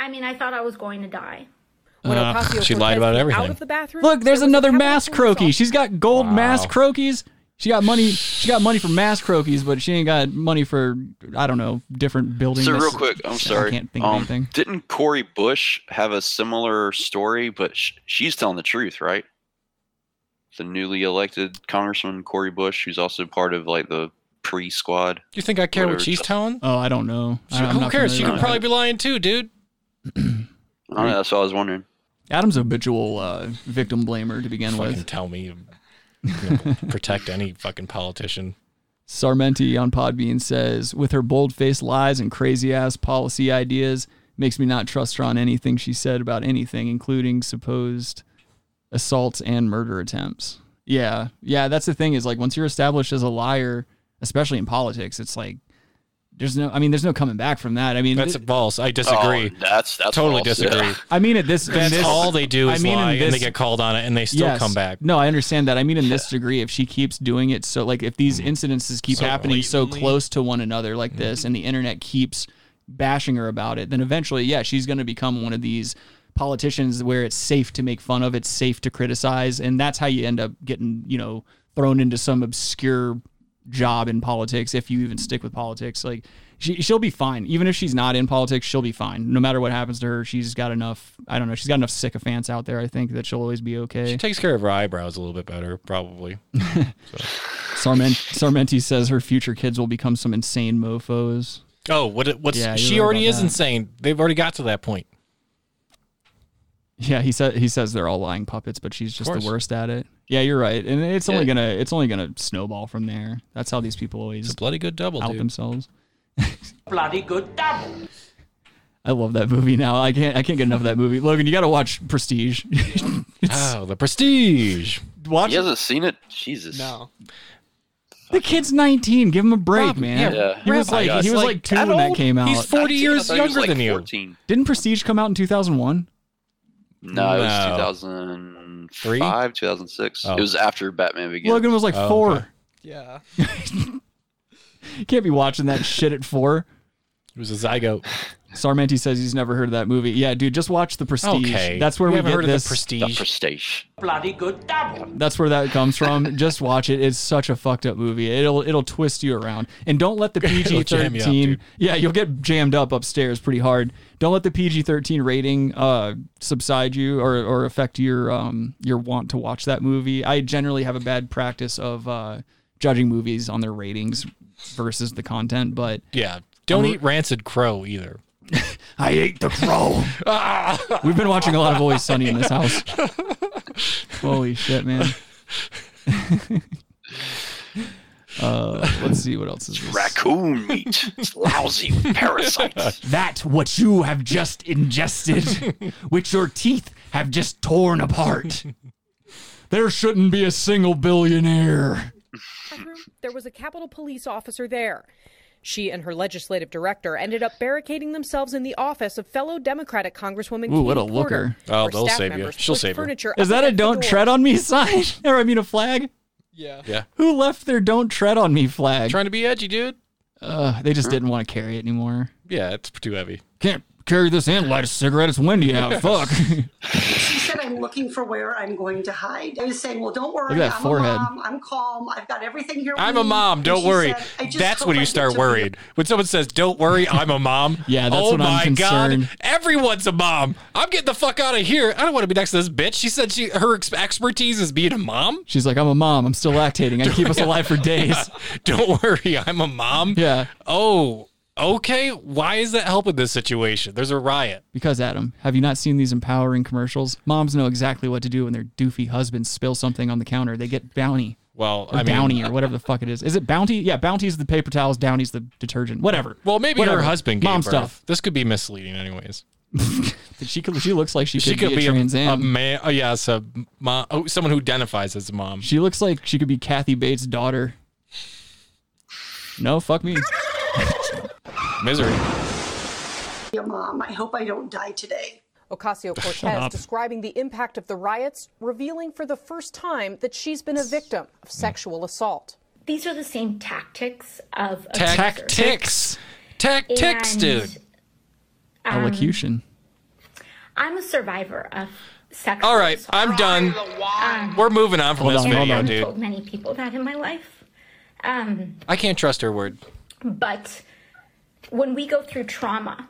Speaker 23: I mean, I thought I was going to die.
Speaker 24: When
Speaker 7: Uh,
Speaker 24: Ocasio
Speaker 7: she lied about
Speaker 24: Cortez came
Speaker 7: everything.
Speaker 24: Out of the bathroom,
Speaker 7: Look, there's another mass croaky. She's got gold mass
Speaker 24: Wow.
Speaker 7: croakies. She got money. She got money for mass croakies, but she ain't got money for I don't know different buildings.
Speaker 1: So real quick, I'm sorry.
Speaker 7: I can't think of
Speaker 1: um,
Speaker 7: anything.
Speaker 1: Didn't Corey Bush have a similar story, but sh- she's telling the truth, right? The newly elected Congressman Corey Bush, who's also part of like the pre squad.
Speaker 8: You think I care what
Speaker 1: Whatever.
Speaker 8: she's telling?
Speaker 7: Oh, I don't know.
Speaker 8: So
Speaker 7: I- I'm
Speaker 8: who
Speaker 7: not
Speaker 8: cares? She
Speaker 7: familiar
Speaker 8: could
Speaker 7: with
Speaker 8: probably be lying too, dude.
Speaker 1: I don't know, that's what I was wondering.
Speaker 7: it. Adam's a habitual uh, victim blamer to begin
Speaker 8: fucking
Speaker 7: with.
Speaker 8: tell me. you know, protect any fucking politician.
Speaker 7: Sarmenti on Podbean says, with her bold faced lies and crazy ass policy ideas, makes me not trust her on anything she said about anything, including supposed assaults and murder attempts. Yeah. Yeah. That's the thing is like once you're established as a liar, especially in politics, it's like, there's no, I mean, there's no coming back from that. I mean,
Speaker 8: That's
Speaker 7: th-
Speaker 8: false. I disagree.
Speaker 1: Oh, that's that's
Speaker 8: totally
Speaker 1: false,
Speaker 8: disagree.
Speaker 1: yeah.
Speaker 7: I mean, at this, in
Speaker 8: That's
Speaker 7: this-
Speaker 8: all they do is
Speaker 7: I mean, in
Speaker 8: lie, and they
Speaker 7: this-
Speaker 8: get called on it, and they still
Speaker 7: Yes.
Speaker 8: come back.
Speaker 7: No, I understand that. I mean, in this degree, if she keeps doing it, so like if these incidences keep
Speaker 8: Mm-hmm. So Mm-hmm.
Speaker 7: happening so
Speaker 8: blatantly.
Speaker 7: close to one another like this, and the internet keeps bashing her about it, then eventually, yeah, she's going to become one of these politicians where it's safe to make fun of, it's safe to criticize, and that's how you end up getting, you know, thrown into some obscure job in politics if you even stick with politics. Like she, she'll be fine, even if she's not in politics, she'll be fine. No matter what happens to her, she's got enough. I don't know, she's got enough sycophants out there. I think that she'll always be okay.
Speaker 8: She takes care of her eyebrows a little bit better, probably.
Speaker 7: Sarment, Sarmenti says her future kids will become some insane mofos.
Speaker 8: Oh, what? What's
Speaker 7: Yeah, you're
Speaker 8: she
Speaker 7: right
Speaker 8: already
Speaker 7: about
Speaker 8: is
Speaker 7: that.
Speaker 8: insane. They've already got to that point.
Speaker 7: Yeah, he said he says they're all lying puppets, but she's just the
Speaker 8: course.
Speaker 7: worst at it. Yeah, you're right, and it's only
Speaker 8: Yeah.
Speaker 7: gonna it's only gonna snowball from there. That's how these people always
Speaker 8: bloody good double
Speaker 7: out
Speaker 8: dude.
Speaker 7: themselves.
Speaker 22: Bloody good double.
Speaker 7: I love that movie now. I can't I can't get enough of that movie. Logan, you got to watch Prestige.
Speaker 8: oh, the Prestige.
Speaker 7: Watch
Speaker 1: He hasn't seen it. Jesus. No.
Speaker 7: the kid's 19. Give him a break, man.
Speaker 1: yeah.
Speaker 7: He was
Speaker 1: Rob,
Speaker 7: like he was
Speaker 1: he's
Speaker 7: like,
Speaker 1: like
Speaker 7: two
Speaker 1: that
Speaker 7: when that
Speaker 1: old?
Speaker 7: came out.
Speaker 1: He's 40 I years thought he was younger like than you. 14.
Speaker 7: Didn't Prestige come out in 2001?
Speaker 1: No, it was
Speaker 7: No.
Speaker 1: 2005, 2006.
Speaker 7: Oh.
Speaker 1: It was after Batman Begins.
Speaker 7: Logan was like
Speaker 8: Oh,
Speaker 1: four.
Speaker 7: four.
Speaker 10: Yeah.
Speaker 7: You can't be watching that shit at four.
Speaker 8: It was a zygote.
Speaker 7: Sarmenti says he's never heard of that movie. Yeah, dude, just watch The Prestige.
Speaker 8: Okay.
Speaker 7: That's where
Speaker 8: You
Speaker 7: we
Speaker 8: haven't
Speaker 7: get
Speaker 8: heard of The
Speaker 7: this.
Speaker 8: Prestige? The
Speaker 1: Prestige.
Speaker 22: Bloody good double.
Speaker 7: That's where that comes from. just watch it. It's such a fucked up movie. It'll it'll twist you around. And don't let the
Speaker 8: It'll jam you up,
Speaker 7: PG-13.
Speaker 8: dude.
Speaker 7: yeah, you'll get jammed up upstairs pretty hard. Don't let the PG-13 rating uh subside you or or affect your um your want to watch that movie. I generally have a bad practice of uh judging movies on their ratings versus the content, but
Speaker 8: Yeah. Don't
Speaker 7: I'm-
Speaker 8: eat rancid crow either.
Speaker 7: I ate the crow. We've been watching a lot of Always Sunny in this house. Holy shit, man. uh, let's see what else is this.
Speaker 1: Raccoon meat. It's lousy with parasites.
Speaker 7: That what you have just ingested, which your teeth have just torn apart. There shouldn't be a single billionaire.
Speaker 24: bathroom, there was a Capitol Police officer there. She and her legislative director ended up barricading themselves in the office of fellow Democratic Congresswoman
Speaker 7: Ooh,
Speaker 24: what
Speaker 7: a
Speaker 24: Katie Porter.
Speaker 7: looker. Oh,
Speaker 24: Her
Speaker 7: they'll
Speaker 24: staff
Speaker 7: save you.
Speaker 24: members
Speaker 7: She'll
Speaker 24: pushed
Speaker 7: save you.
Speaker 24: furniture
Speaker 7: Is
Speaker 24: up
Speaker 7: that a
Speaker 24: against the
Speaker 7: don't
Speaker 24: door.
Speaker 7: tread on me sign? Or I mean a flag?
Speaker 8: Yeah.
Speaker 7: Who left their don't tread on me flag?
Speaker 8: Trying to be edgy, dude.
Speaker 7: Uh, they just didn't want to carry it anymore.
Speaker 8: Yeah, it's too heavy.
Speaker 7: Can't carry this and light a cigarette. It's windy out. Fuck.
Speaker 6: She said, I'm looking for where I'm going to hide. I was saying, well, don't worry.
Speaker 7: Look at that
Speaker 6: I'm
Speaker 7: forehead.
Speaker 6: a mom. I'm calm. I've got everything here.
Speaker 8: I'm
Speaker 6: with
Speaker 8: a
Speaker 6: me."
Speaker 8: mom.
Speaker 6: And
Speaker 8: Don't
Speaker 6: she
Speaker 8: worry.
Speaker 6: said, "I just
Speaker 8: That's
Speaker 6: hope
Speaker 8: when
Speaker 6: I
Speaker 8: you
Speaker 6: get
Speaker 8: start
Speaker 6: to be
Speaker 8: worried. When someone says, "Don't worry, I'm a mom."
Speaker 7: Yeah, that's
Speaker 8: oh
Speaker 7: when I'm
Speaker 8: my
Speaker 7: concerned.
Speaker 8: god, everyone's a mom. I'm getting the fuck out of here. I don't want to be next to this bitch. She said she her ex- expertise is being a mom.
Speaker 7: She's like, I'm a mom. I'm still lactating. I keep us alive for days.
Speaker 8: Yeah. Don't worry, I'm a mom.
Speaker 7: Yeah.
Speaker 8: Oh, okay. Why is that helping this situation? There's a riot.
Speaker 7: Because, Adam, have you not seen these empowering commercials? Moms know exactly what to do when their doofy husbands spill something on the counter. They get bounty.
Speaker 8: Well,
Speaker 7: Or
Speaker 8: I mean,
Speaker 7: Downy or whatever the fuck it is. Is it Bounty? Yeah, Bounty's the paper towels, Downey's the detergent. Whatever.
Speaker 8: Well, maybe
Speaker 7: Whatever.
Speaker 8: her husband gave
Speaker 7: Mom
Speaker 8: birth.
Speaker 7: stuff.
Speaker 8: This could be misleading, anyways.
Speaker 7: She could, she looks like she could,
Speaker 8: She could
Speaker 7: be, a Trans Am.
Speaker 8: man. Oh, yeah, so mom, oh, someone who identifies as a mom.
Speaker 7: She looks like she could be Kathy Bates' daughter. No, fuck me.
Speaker 8: Misery.
Speaker 6: a mom. I hope I don't die today.
Speaker 24: Ocasio
Speaker 6: Shut
Speaker 24: Cortez
Speaker 6: up.
Speaker 24: describing the impact of the riots, revealing for the first time that she's been a victim of sexual assault.
Speaker 23: These are the same tactics of
Speaker 8: Tactics. Tactics,
Speaker 23: And,
Speaker 8: dude.
Speaker 23: um,
Speaker 7: Elocution.
Speaker 23: I'm a survivor of sexual
Speaker 8: All right,
Speaker 23: assault.
Speaker 8: I'm done.
Speaker 23: Um,
Speaker 8: We're moving on from
Speaker 7: Hold
Speaker 8: this
Speaker 7: on, hold
Speaker 8: video,
Speaker 7: on.
Speaker 23: I've told
Speaker 8: dude.
Speaker 23: many people that in my life. Um,
Speaker 8: I can't trust her word.
Speaker 23: But when we go through trauma,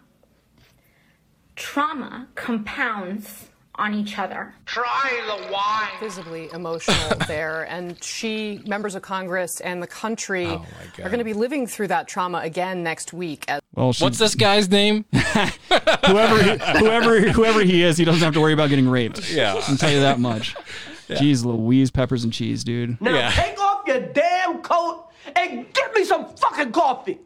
Speaker 23: trauma compounds on each other.
Speaker 24: Try the wine. Visibly emotional there. And she, members of Congress, and the country are going to be living through that trauma again next week. As-
Speaker 7: Well, she,
Speaker 8: What's this guy's name?
Speaker 7: whoever, he, whoever, whoever he is, he doesn't have to worry about getting raped.
Speaker 8: Yeah.
Speaker 7: I can tell you that much. Jeez, Louise, peppers and cheese, dude.
Speaker 22: Now take off your damn coat and get me some fucking coffee.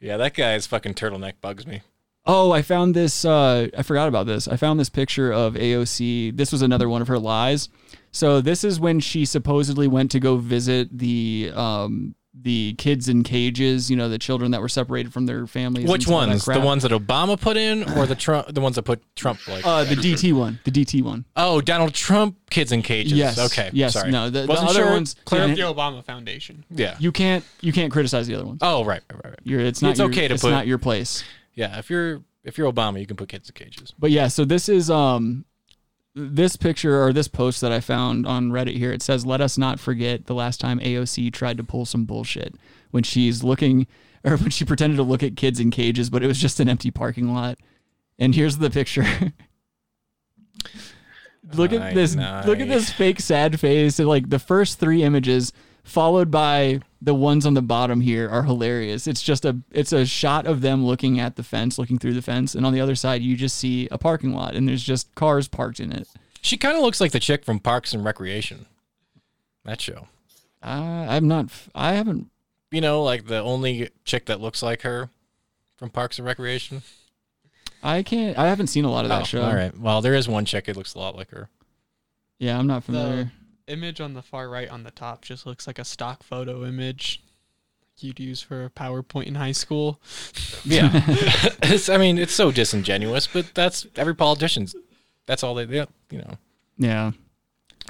Speaker 8: Yeah, that guy's fucking turtleneck bugs me.
Speaker 7: Oh, I found this. Uh, I forgot about this. I found this picture of AOC. This was another one of her lies. So this is when she supposedly went to go visit the um, the kids in cages. You know, the children that were separated from their families. and
Speaker 8: Which
Speaker 7: stuff like that
Speaker 8: ones? The
Speaker 7: crap.
Speaker 8: ones that Obama put in, or the Trump? The ones that put Trump like?
Speaker 7: Uh, the DT one. The DT one.
Speaker 8: Oh, Donald Trump kids in cages.
Speaker 7: Yes,
Speaker 8: Okay.
Speaker 7: yes,
Speaker 8: Sorry.
Speaker 7: no, the- the
Speaker 8: Wasn't
Speaker 7: other
Speaker 8: sure.
Speaker 7: ones-
Speaker 10: Clear
Speaker 7: Yeah.
Speaker 10: up the Obama Foundation.
Speaker 8: Yeah.
Speaker 7: You can't. You can't criticize the other ones.
Speaker 8: Oh right, right, right. right.
Speaker 7: You're, it's not.
Speaker 8: It's
Speaker 7: your-
Speaker 8: okay to
Speaker 7: it's
Speaker 8: put-
Speaker 7: not your place.
Speaker 8: Yeah. If you're if you're Obama, you can put kids in cages.
Speaker 7: But yeah, so this is um this picture or this post that I found on Reddit here. It says, "Let us not forget the last time AOC tried to pull some bullshit when she's looking or when she pretended to look at kids in cages, but it was just an empty parking lot." And here's the picture. look at
Speaker 8: Aye,
Speaker 7: this
Speaker 8: aye.
Speaker 7: look at this fake sad face and like the first three images followed by the ones on the bottom here are hilarious it's just a it's a shot of them looking at the fence looking through the fence and on the other side you just see a parking lot and there's just cars parked in it
Speaker 8: She kind of looks like the chick from Parks and Recreation. That show.
Speaker 7: uh, i'm not f- i haven't
Speaker 8: You know, like the only chick that looks like her from Parks and Recreation.
Speaker 7: i can't i haven't seen a lot of that
Speaker 8: Oh,
Speaker 7: show
Speaker 8: All right. Well, there is one chick that looks a lot like her.
Speaker 7: yeah i'm not
Speaker 10: The
Speaker 7: familiar
Speaker 10: image on the far right on the top just looks like a stock photo image you'd use for a PowerPoint in high school.
Speaker 8: Yeah. it's, I mean, it's so disingenuous, but that's every politician's. That's all they, they, you know,
Speaker 7: yeah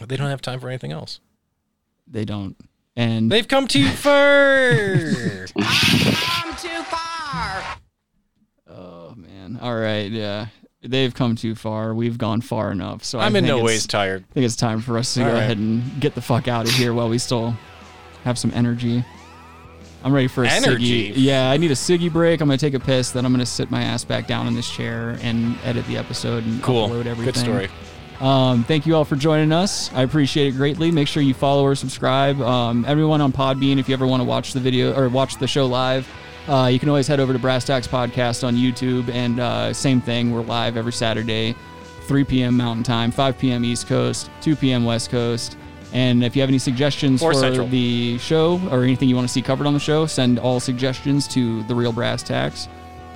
Speaker 8: they don't have time for anything else.
Speaker 7: they don't and
Speaker 8: They've come too far.
Speaker 2: Come too far.
Speaker 7: oh man all right yeah they've come too far we've gone far enough so I
Speaker 8: I'm in
Speaker 7: think
Speaker 8: no
Speaker 7: it's-
Speaker 8: ways tired.
Speaker 7: I think it's time for us to
Speaker 8: All
Speaker 7: go
Speaker 8: right.
Speaker 7: ahead and get the fuck out of here while we still have some energy. I'm ready for a
Speaker 8: Energy?
Speaker 7: Siggy. Yeah, I need a Siggy break. I'm gonna take a piss, then I'm gonna sit my ass back down in this chair and edit the episode and
Speaker 8: Cool.
Speaker 7: upload
Speaker 8: Good
Speaker 7: everything.
Speaker 8: story.
Speaker 7: Um, thank you all for joining us. I appreciate it greatly. Make sure you follow or subscribe. Um, everyone on Podbean, if you ever want to watch the video or watch the show live, uh, you can always head over to Brass Tacks Podcast on YouTube. And uh, same thing, we're live every Saturday, 3 p.m. Mountain Time, 5 p.m. East Coast, 2 p.m. West Coast. And if you have any suggestions
Speaker 8: Or
Speaker 7: for
Speaker 8: Central.
Speaker 7: the show or anything you want to see covered on the show, send all suggestions to the Real Brass Tacks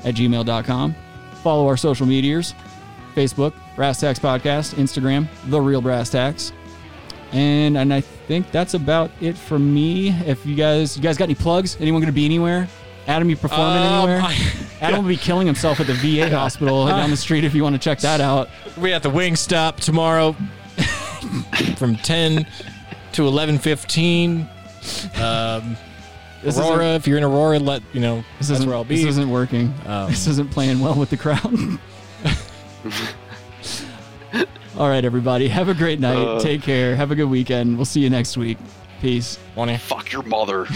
Speaker 7: at gmail.com. Follow our social medias Facebook, Brass Tacks Podcast, Instagram, The Real Brass Tacks. And and I think that's about it for me. If you guys you guys got any plugs? Anyone gonna be anywhere? Adam, you performing
Speaker 8: Um,
Speaker 7: anywhere?
Speaker 8: I-
Speaker 7: Adam will be killing himself at the VA hospital down the street if you want to check that out.
Speaker 8: We at the wing stop tomorrow from 10 to 11:15. Um
Speaker 7: This isn't-
Speaker 8: Aurora, if you're in Aurora, let you know
Speaker 7: This
Speaker 8: that's
Speaker 7: isn't,
Speaker 8: where I'll be. Um,
Speaker 7: this isn't working. this isn't playing well with the crowd. All right, everybody. Have a great night.
Speaker 1: Uh.
Speaker 7: Take care. Have a good weekend. We'll see you next week. Peace.
Speaker 8: Wanna
Speaker 1: Fuck your mother.